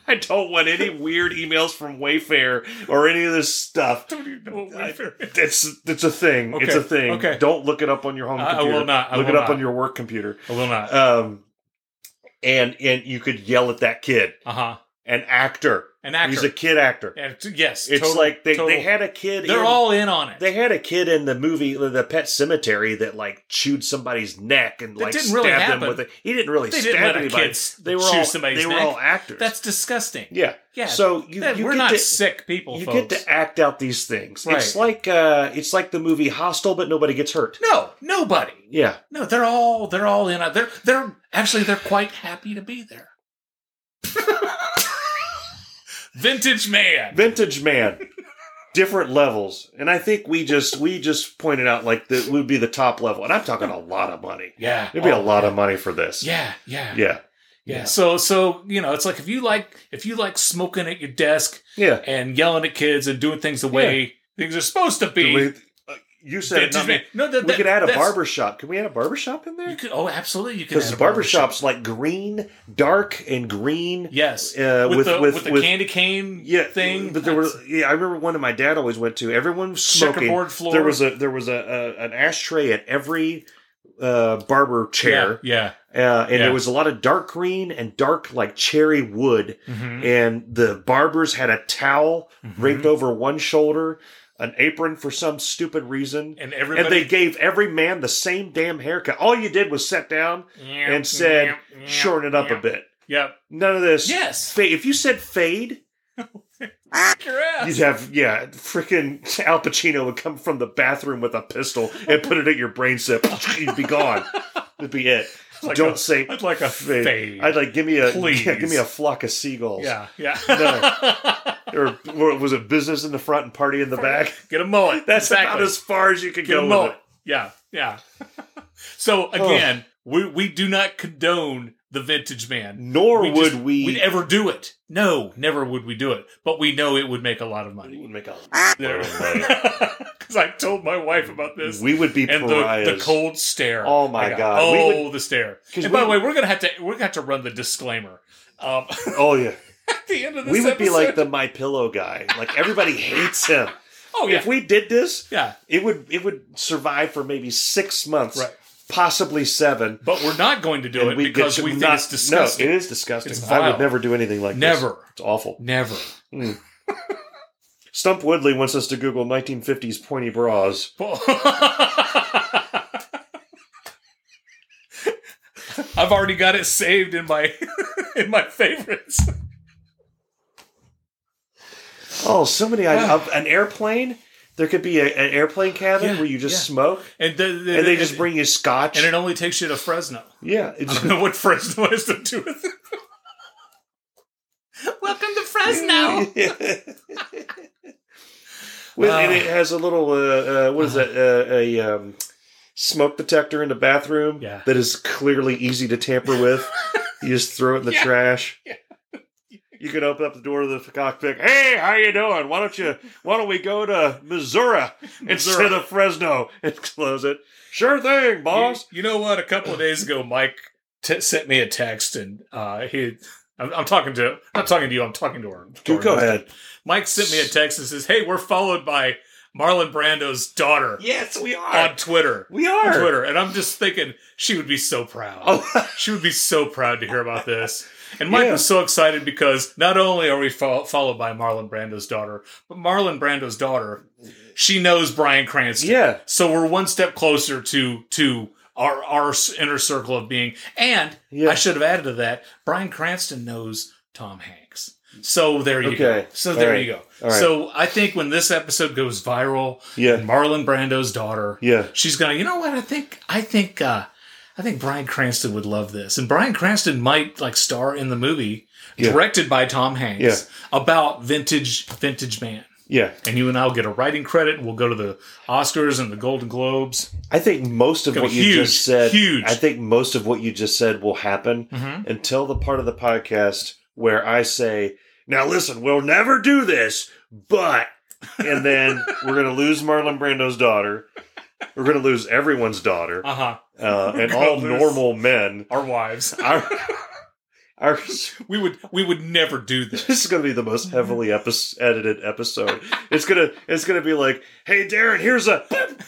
S1: I don't want any weird emails from Wayfair or any of this stuff.
S3: don't even know what Wayfair is.
S1: It's it's a thing. It's
S3: Okay,
S1: a thing.
S3: okay.
S1: Don't look it up on your home
S3: I- I
S1: computer.
S3: will not, I
S1: look
S3: will
S1: it up
S3: not.
S1: on your work computer.
S3: I will not.
S1: Um, and and you could yell at that kid,
S3: Uh huh.
S1: an actor.
S3: An actor.
S1: He's a kid actor.
S3: Yeah, t- yes.
S1: It's
S3: total-
S1: like they,
S3: total-
S1: they had a kid.
S3: They're
S1: in-
S3: all in on it.
S1: They had a kid in the movie The Pet Cemetery that like chewed somebody's neck and
S3: That
S1: like
S3: didn't
S1: stabbed
S3: really
S1: them
S3: happen.
S1: with it. He didn't really
S3: They
S1: stab
S3: didn't let a
S1: anybody.
S3: kid s-
S1: they were
S3: chew
S1: all
S3: somebody's
S1: they were
S3: neck.
S1: all actors.
S3: That's disgusting.
S1: yeah.
S3: Yeah.
S1: So you,
S3: That-
S1: you
S3: we're
S1: get
S3: not
S1: to,
S3: sick people.
S1: you
S3: folks.
S1: get to act out these things. It's
S3: Right.
S1: like uh, it's like the movie Hostel, but nobody gets hurt.
S3: No, nobody.
S1: Yeah,
S3: No, they're all they're all in. A, they're they're actually they're quite happy to be there. Vintage man.
S1: vintage man, different levels, and I think we just we just pointed out like that would be the top level, and I'm talking a lot of money.
S3: Yeah,
S1: It'd be a
S3: Oh,
S1: lot of money for this.
S3: Yeah, yeah, yeah,
S1: yeah,
S3: yeah. So so you know, it's like if you like if you like smoking at your desk
S1: yeah.
S3: and yelling at kids and doing things the way things are supposed to be.
S1: Do we- uh, you said it,
S3: vintage
S1: not me.
S3: man. No, that,
S1: we
S3: that-
S1: could add a
S3: that's-
S1: barber shop. Can we add a barber shop in
S3: You
S1: there?
S3: could, oh, absolutely, you could.
S1: Because
S3: add
S1: the
S3: a barber
S1: barber
S3: shop.
S1: shop's like green, dark, and green.
S3: Yes,
S1: uh,
S3: with,
S1: with-
S3: the,
S1: with-
S3: with, the
S1: with-
S3: candy cane
S1: yeah
S3: thing.
S1: But there were
S3: That's-
S1: yeah, I remember one that my dad always went to. Everyone was smoking.
S3: Checkerboard floor.
S1: There was a there was a, a an ashtray at every uh, barber chair,
S3: Yeah,
S1: uh, and
S3: Yeah.
S1: there was a lot of dark green and dark like cherry wood.
S3: yeah. Mhm.
S1: And the barbers had a towel
S3: Mhm.
S1: draped over one shoulder, an apron for some stupid reason. And
S3: and
S1: they
S3: everybody
S1: gave every man the same damn haircut. All you did was sit down, and said, shorten it up a bit.
S3: Yep.
S1: None of this.
S3: Yes.
S1: Fa- if you said fade,
S3: Your ass.
S1: You'd have, yeah, freaking Al Pacino would come from the bathroom with a pistol and put it at your brain sip. You'd be gone. That'd be it.
S3: like
S1: Don't
S3: a-
S1: say.
S3: I'd like a
S1: fade.
S3: fade.
S1: I'd like give me a
S3: Please.
S1: yeah, give me a flock of seagulls.
S3: yeah, yeah.
S1: Or, or was it business in the front and party in the back?
S3: Get a mullet.
S1: That's
S3: exactly.
S1: about as far as you could
S3: Get a
S1: go.
S3: mullet.
S1: With it.
S3: Yeah, yeah. so again, we we do not condone the vintage man.
S1: Nor
S3: We
S1: would
S3: just-
S1: we.
S3: We'd ever do it. No, never would we do it. But we know it would make a lot of
S1: we
S3: money.
S1: would make a.
S3: Because I told my wife about this.
S1: We would be
S3: and
S1: pariahs.
S3: the, the cold stare.
S1: Oh my
S3: I got.
S1: God. We
S3: Oh, the stare.
S1: 'Cause
S3: And by
S1: we-
S3: the way, we're gonna have to we're gonna have to run the disclaimer. Um,
S1: Oh yeah,
S3: at the end of this
S1: we would be like
S3: episode.
S1: the My Pillow guy. Like everybody hates him.
S3: oh yeah
S1: If we did this,
S3: yeah
S1: it would it would survive for maybe six months,
S3: Right.
S1: possibly seven.
S3: but we're not going to do
S1: and
S3: it
S1: we
S3: because
S1: get to
S3: we
S1: not-
S3: think it's disgusting
S1: No, it is disgusting.
S3: It's
S1: I would
S3: vile.
S1: never do anything like this.
S3: never
S1: It's awful.
S3: never
S1: Stump Woodley wants us to Google 1950s pointy bras.
S3: I've already got it saved in my in my favorites
S1: Oh, so many. I, uh, an airplane. There could be a, an airplane cabin
S3: Yeah,
S1: where you just
S3: yeah.
S1: smoke,
S3: and, the, the-
S1: and they just bring you scotch.
S3: and it only takes you to Fresno.
S1: yeah,
S3: I
S1: it's,
S3: don't know what Fresno has to do with it. Welcome to Fresno.
S1: With- and
S3: Ah.
S1: it has a little uh, uh, what is
S3: Ah.
S1: that? Uh, a um, smoke detector in the bathroom
S3: Yeah.
S1: that is clearly easy to tamper with. you just throw it in the
S3: Yeah.
S1: trash.
S3: Yeah.
S1: You can open up the door of the cockpit. Hey, how you doing? Why don't you? Why don't we go to Missouri, instead of Fresno and close it? Sure thing, boss.
S3: You, you know what? A couple of days ago, Mike t- sent me a text, and uh, he. I'm, I'm talking to. Not talking to you. I'm talking to her.
S1: Go- go ahead.
S3: Mike sent me a text and says, "Hey, we're followed by Marlon Brando's daughter
S1: Yes, we
S3: on Twitter."
S1: We
S3: On
S1: are.
S3: Twitter, and I'm just thinking she would be so proud.
S1: Oh,
S3: She would be so proud to hear about this. And Mike
S1: Yeah.
S3: was so excited because not only are we fo- followed by Marlon Brando's daughter, but Marlon Brando's daughter, she knows Brian Cranston.
S1: yeah.
S3: So we're one step closer to to our our s- inner circle of being. And
S1: Yeah.
S3: I should have added to that, Brian Cranston knows Tom Hanks. So there you
S1: Okay.
S3: go. So
S1: All
S3: there
S1: right.
S3: you go.
S1: All right.
S3: So I think when this episode goes viral,
S1: Yeah.
S3: and Marlon Brando's daughter,
S1: Yeah.
S3: she's gonna. You know what? I think I think uh, I think Brian Cranston would love this, and Brian Cranston might like star in the movie
S1: Yeah.
S3: directed by Tom Hanks
S1: Yeah.
S3: about vintage vintage man
S1: Yeah.
S3: and you and I'll get a writing credit. We'll go to the Oscars and the Golden Globes.
S1: I think most of
S3: Gonna
S1: what
S3: be
S1: you
S3: huge,
S1: just said.
S3: huge. Mm-hmm.
S1: I think most of what you just said will happen until the part of the podcast where I say, "Now listen, we'll never do this," but, and then we're gonna lose Marlon Brando's daughter. We're gonna lose everyone's daughter
S3: Uh huh.
S1: uh, and
S3: We're gonna
S1: all
S3: lose-
S1: normal men.
S3: Our wives.
S1: Our, Our,
S3: We would we would never do this.
S1: this is going to be the most heavily epi- edited episode. It's gonna it's gonna be like, hey Darren, here's a,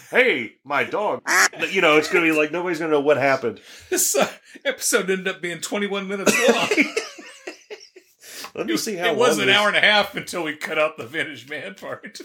S1: hey my dog. You know, it's gonna be like nobody's gonna know what happened.
S3: This uh, episode ended up being 21 minutes long.
S1: Let me see how
S3: it was
S1: long
S3: an
S1: this-
S3: hour and a half until we cut out the vintage man part.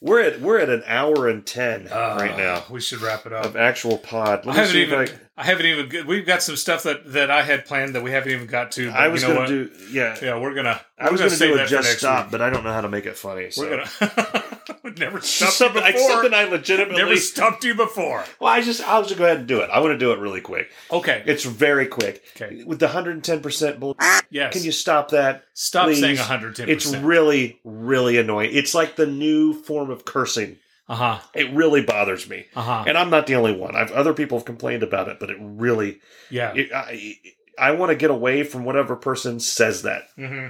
S1: We're at we're at an hour and ten right now
S3: we should wrap it
S1: of
S3: up.
S1: actual pod. Let
S3: Ah. I
S1: me
S3: haven't
S1: see
S3: even. I,
S1: if
S3: haven't even. good- We've got some stuff that that I had planned that we haven't even got to. But
S1: I, I was
S3: you know
S1: gonna
S3: what?
S1: do yeah.
S3: Yeah, we're gonna.
S1: I was going
S3: we're gonna
S1: to
S3: save
S1: do
S3: that
S1: a
S3: for
S1: just
S3: next
S1: stop,
S3: week.
S1: but I don't know how to make it funny. So.
S3: We're gonna. We've never stopped you
S1: something, I,
S3: before.
S1: something I legitimately.
S3: never stopped you before.
S1: well, I just I was just go ahead and do it. I want to do it really quick.
S3: Okay.
S1: It's very quick.
S3: Okay.
S1: With the 110% bull,
S3: yes.
S1: can you stop that?
S3: stop saying
S1: please?
S3: 110?
S1: It's really, really annoying. It's like the new form of cursing.
S3: Uh huh.
S1: It really bothers me.
S3: Uh huh.
S1: And I'm not the only one. I've other people have complained about it, but it really,
S3: Yeah.
S1: it, I, I want to get away from whatever person says that.
S3: hmm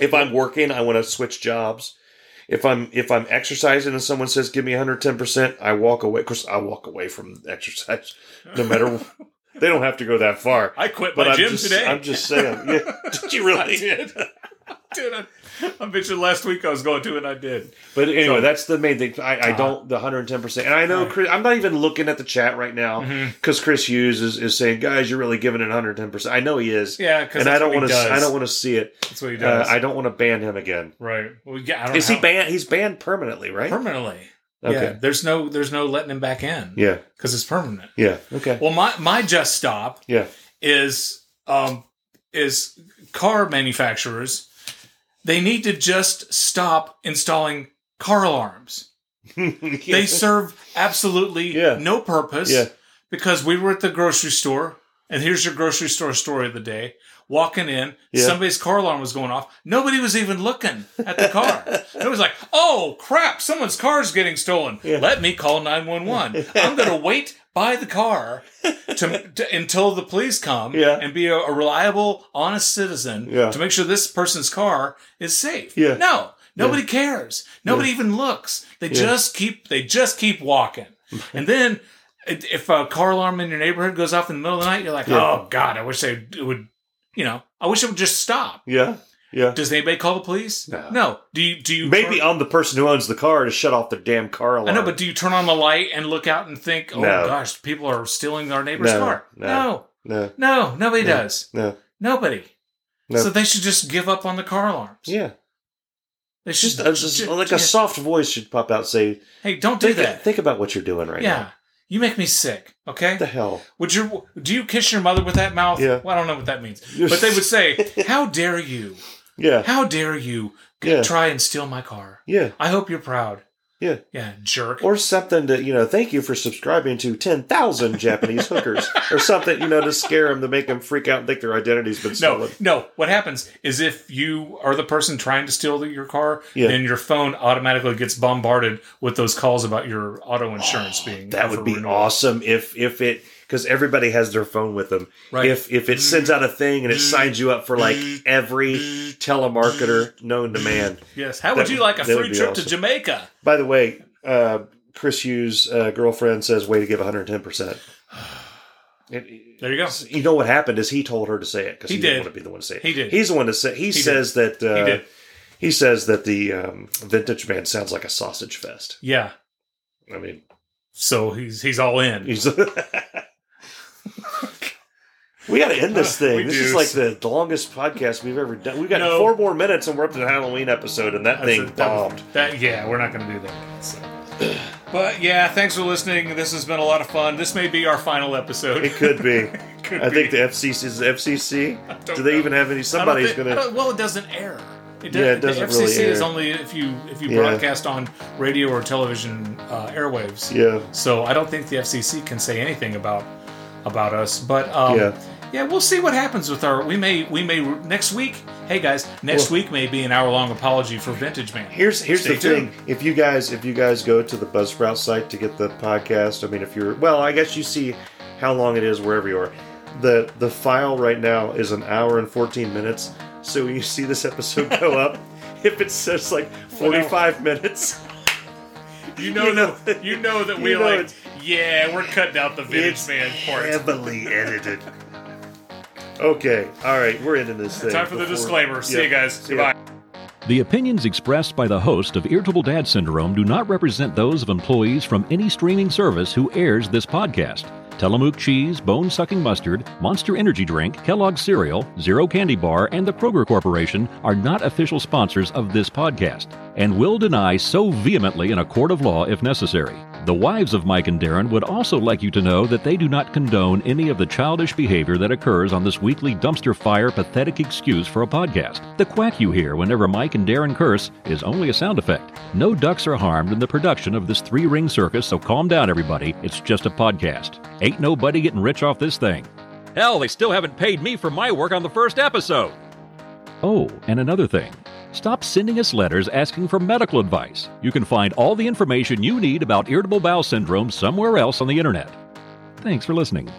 S1: If I'm working, I want to switch jobs. If I'm if I'm exercising and someone says give me 110, percent I walk away. Of course, I walk away from exercise, no matter. they don't have to go that far.
S3: I quit
S1: But
S3: my
S1: I'm
S3: gym
S1: just,
S3: today.
S1: I'm just saying. Yeah, did you
S3: I
S1: really?
S3: did. Dude, I, I mentioned last week I was going to, and I did.
S1: But anyway,
S3: So-
S1: that's the main thing. I, I
S3: Uh-huh.
S1: don't the 110. percent And I know Chris. I'm not even looking at the chat right now
S3: Mm-hmm.
S1: because Chris Hughes is, is saying, guys, you're really giving it 110. percent I know he is.
S3: Yeah, because
S1: And I don't
S3: want
S1: want to. I don't want to see it.
S3: That's what he
S1: Uh,
S3: does.
S1: I don't want to ban him again.
S3: right. Well, yeah, I don't
S1: Is
S3: know
S1: he banned? He's banned permanently, right?
S3: permanently? Yeah.
S1: Okay.
S3: There's no. There's no letting him back in.
S1: Yeah.
S3: Because it's permanent.
S1: Yeah. Okay.
S3: Well, my my just stop
S1: Yeah.
S3: is um is car manufacturers. They need to just stop installing car alarms. They serve absolutely
S1: Yeah.
S3: no purpose.
S1: Yeah.
S3: Because we were at the grocery store, and here's your grocery store story of the day. Walking in,
S1: Yeah.
S3: somebody's car alarm was going off. Nobody was even looking at the car. it was like, oh crap, someone's car's getting stolen. Let me call 911. I'm going to wait by the car to, to- until the police come
S1: Yeah.
S3: and be a, a reliable, honest citizen
S1: Yeah.
S3: to make sure this person's car is safe.
S1: Yeah.
S3: No, nobody cares. Nobody even looks. They just keep they just keep walking. and then i- if a car alarm in your neighborhood goes off in the middle of the night, you're like,
S1: Yeah.
S3: oh god, I wish they it would. You know, I wish it would just stop.
S1: yeah. Yeah.
S3: Does anybody call the police?
S1: No.
S3: Do you do you
S1: Maybe
S3: turn-
S1: I'm the person who owns the car to shut off the damn car alarm.
S3: I know, but do you turn on the light and look out and think, oh
S1: No.
S3: gosh, people are stealing our neighbor's
S1: No,
S3: car?
S1: no.
S3: no,
S1: no,
S3: no, nobody
S1: No.
S3: does.
S1: no.
S3: Nobody.
S1: No.
S3: So they should just give up on the car alarms.
S1: Yeah,
S3: They should
S1: just, uh, just- like a
S3: yeah.
S1: soft voice should pop out and say,
S3: Hey, don't do
S1: think,
S3: that.
S1: think about what you're doing right
S3: yeah.
S1: now.
S3: You make me sick. Okay.
S1: What the hell?
S3: Would you do you kiss your mother with that mouth?
S1: Yeah.
S3: Well, I don't know what that means. But they would say, "How dare you?
S1: Yeah,
S3: How dare you g-
S1: Yeah.
S3: try and steal my car?
S1: yeah,
S3: I hope you're proud."
S1: Yeah.
S3: Yeah, jerk.
S1: or something to you know. Thank you for subscribing to ten thousand Japanese hookers, or something you know to scare them to make them freak out and think their identity's been
S3: no,
S1: stolen.
S3: no. What happens is if you are the person trying to steal the, your car,
S1: Yeah.
S3: then your phone automatically gets bombarded with those calls about your auto insurance being
S1: Oh, That
S3: up
S1: would
S3: for
S1: be
S3: renewal.
S1: awesome if if it because everybody has their phone with them.
S3: Right. Mm-hmm.
S1: If if it sends out a thing and it signs you up for like every telemarketer known to man.
S3: Yes. How would
S1: That
S3: you
S1: would-
S3: like a
S1: that would
S3: free
S1: be
S3: trip
S1: awesome.
S3: to Jamaica?
S1: By the way, uh, Chris Hughes' uh, girlfriend says, "Way to give 110." percent
S3: There you go.
S1: You know what happened is he told her to say it because
S3: He
S1: he, didn't
S3: did.
S1: want to be the one to say it.
S3: He did.
S1: He's the one to say. He, says that. Uh,
S3: He
S1: he
S3: did.
S1: says that the um, vintage band sounds like a sausage fest.
S3: Yeah.
S1: I mean,
S3: So he's he's all in.
S1: he's. we got to end this thing.
S3: We
S1: this
S3: do.
S1: is like the, the longest podcast we've ever done. We've got
S3: No.
S1: four more minutes and we're up to the Halloween episode, and that
S3: That's
S1: thing
S3: it. That was-
S1: bombed.
S3: That, yeah, we're not going to do that. so. But yeah, thanks for listening. This has been a lot of fun. This may be our final episode.
S1: It could be.
S3: Could
S1: I think
S3: be.
S1: the FCC is the FCC.
S3: don't
S1: Do they
S3: know.
S1: even have any?
S3: I don't
S1: Somebody's
S3: think- I
S1: gonna.
S3: don't- well, it doesn't air. It
S1: Yeah, it
S3: the
S1: doesn't
S3: FCC
S1: really
S3: is
S1: air.
S3: only if you if you
S1: Yeah.
S3: broadcast on radio or television uh, airwaves.
S1: Yeah.
S3: So I don't think the FCC can say anything about about us. But um,
S1: Yeah.
S3: yeah. we'll see what happens with our. We may we may next week. Hey guys, next
S1: Well-
S3: week may be an hour long apology for Vintage Man.
S1: Here's here's
S3: Stay
S1: the
S3: tuned.
S1: thing. If you guys if you guys go to the Buzzsprout site to get the podcast, I mean, if you're well, I guess you see how long it is wherever you are. the The file right now is an hour and fourteen minutes. So when you see this episode go up, if it says like forty five minutes,
S3: You know,
S1: You know-
S3: that you know that
S1: you
S3: we
S1: know
S3: like
S1: it's-
S3: yeah, we're cutting out the vintage
S1: it's
S3: man part.
S1: heavily edited. Okay. All right. We're ending this thing.
S3: Time for the
S1: before-
S3: disclaimer. See
S1: Yeah.
S3: you guys.
S1: See ya.
S3: Goodbye.
S2: The opinions expressed by the host of Irritable Dad Syndrome do not represent those of employees from any streaming service who airs this podcast. Tillamook cheese, bone sucking mustard, Monster Energy drink, Kellogg's cereal, Zero Candy Bar, and the Kroger Corporation are not official sponsors of this podcast and will deny so vehemently in a court of law if necessary. The wives of Mike and Darren would also like you to know that they do not condone any of the childish behavior that occurs on this weekly dumpster fire pathetic excuse for a podcast. The quack you hear whenever Mike and Darren curse is only a sound effect. No ducks are harmed in the production of this three ring circus, so calm down, everybody. It's just a podcast. Ain't nobody getting rich off this thing. Hell, they still haven't paid me for my work on the first episode. Oh, and another thing. Stop sending us letters asking for medical advice. You can find all the information you need about irritable bowel syndrome somewhere else on the internet. Thanks for listening.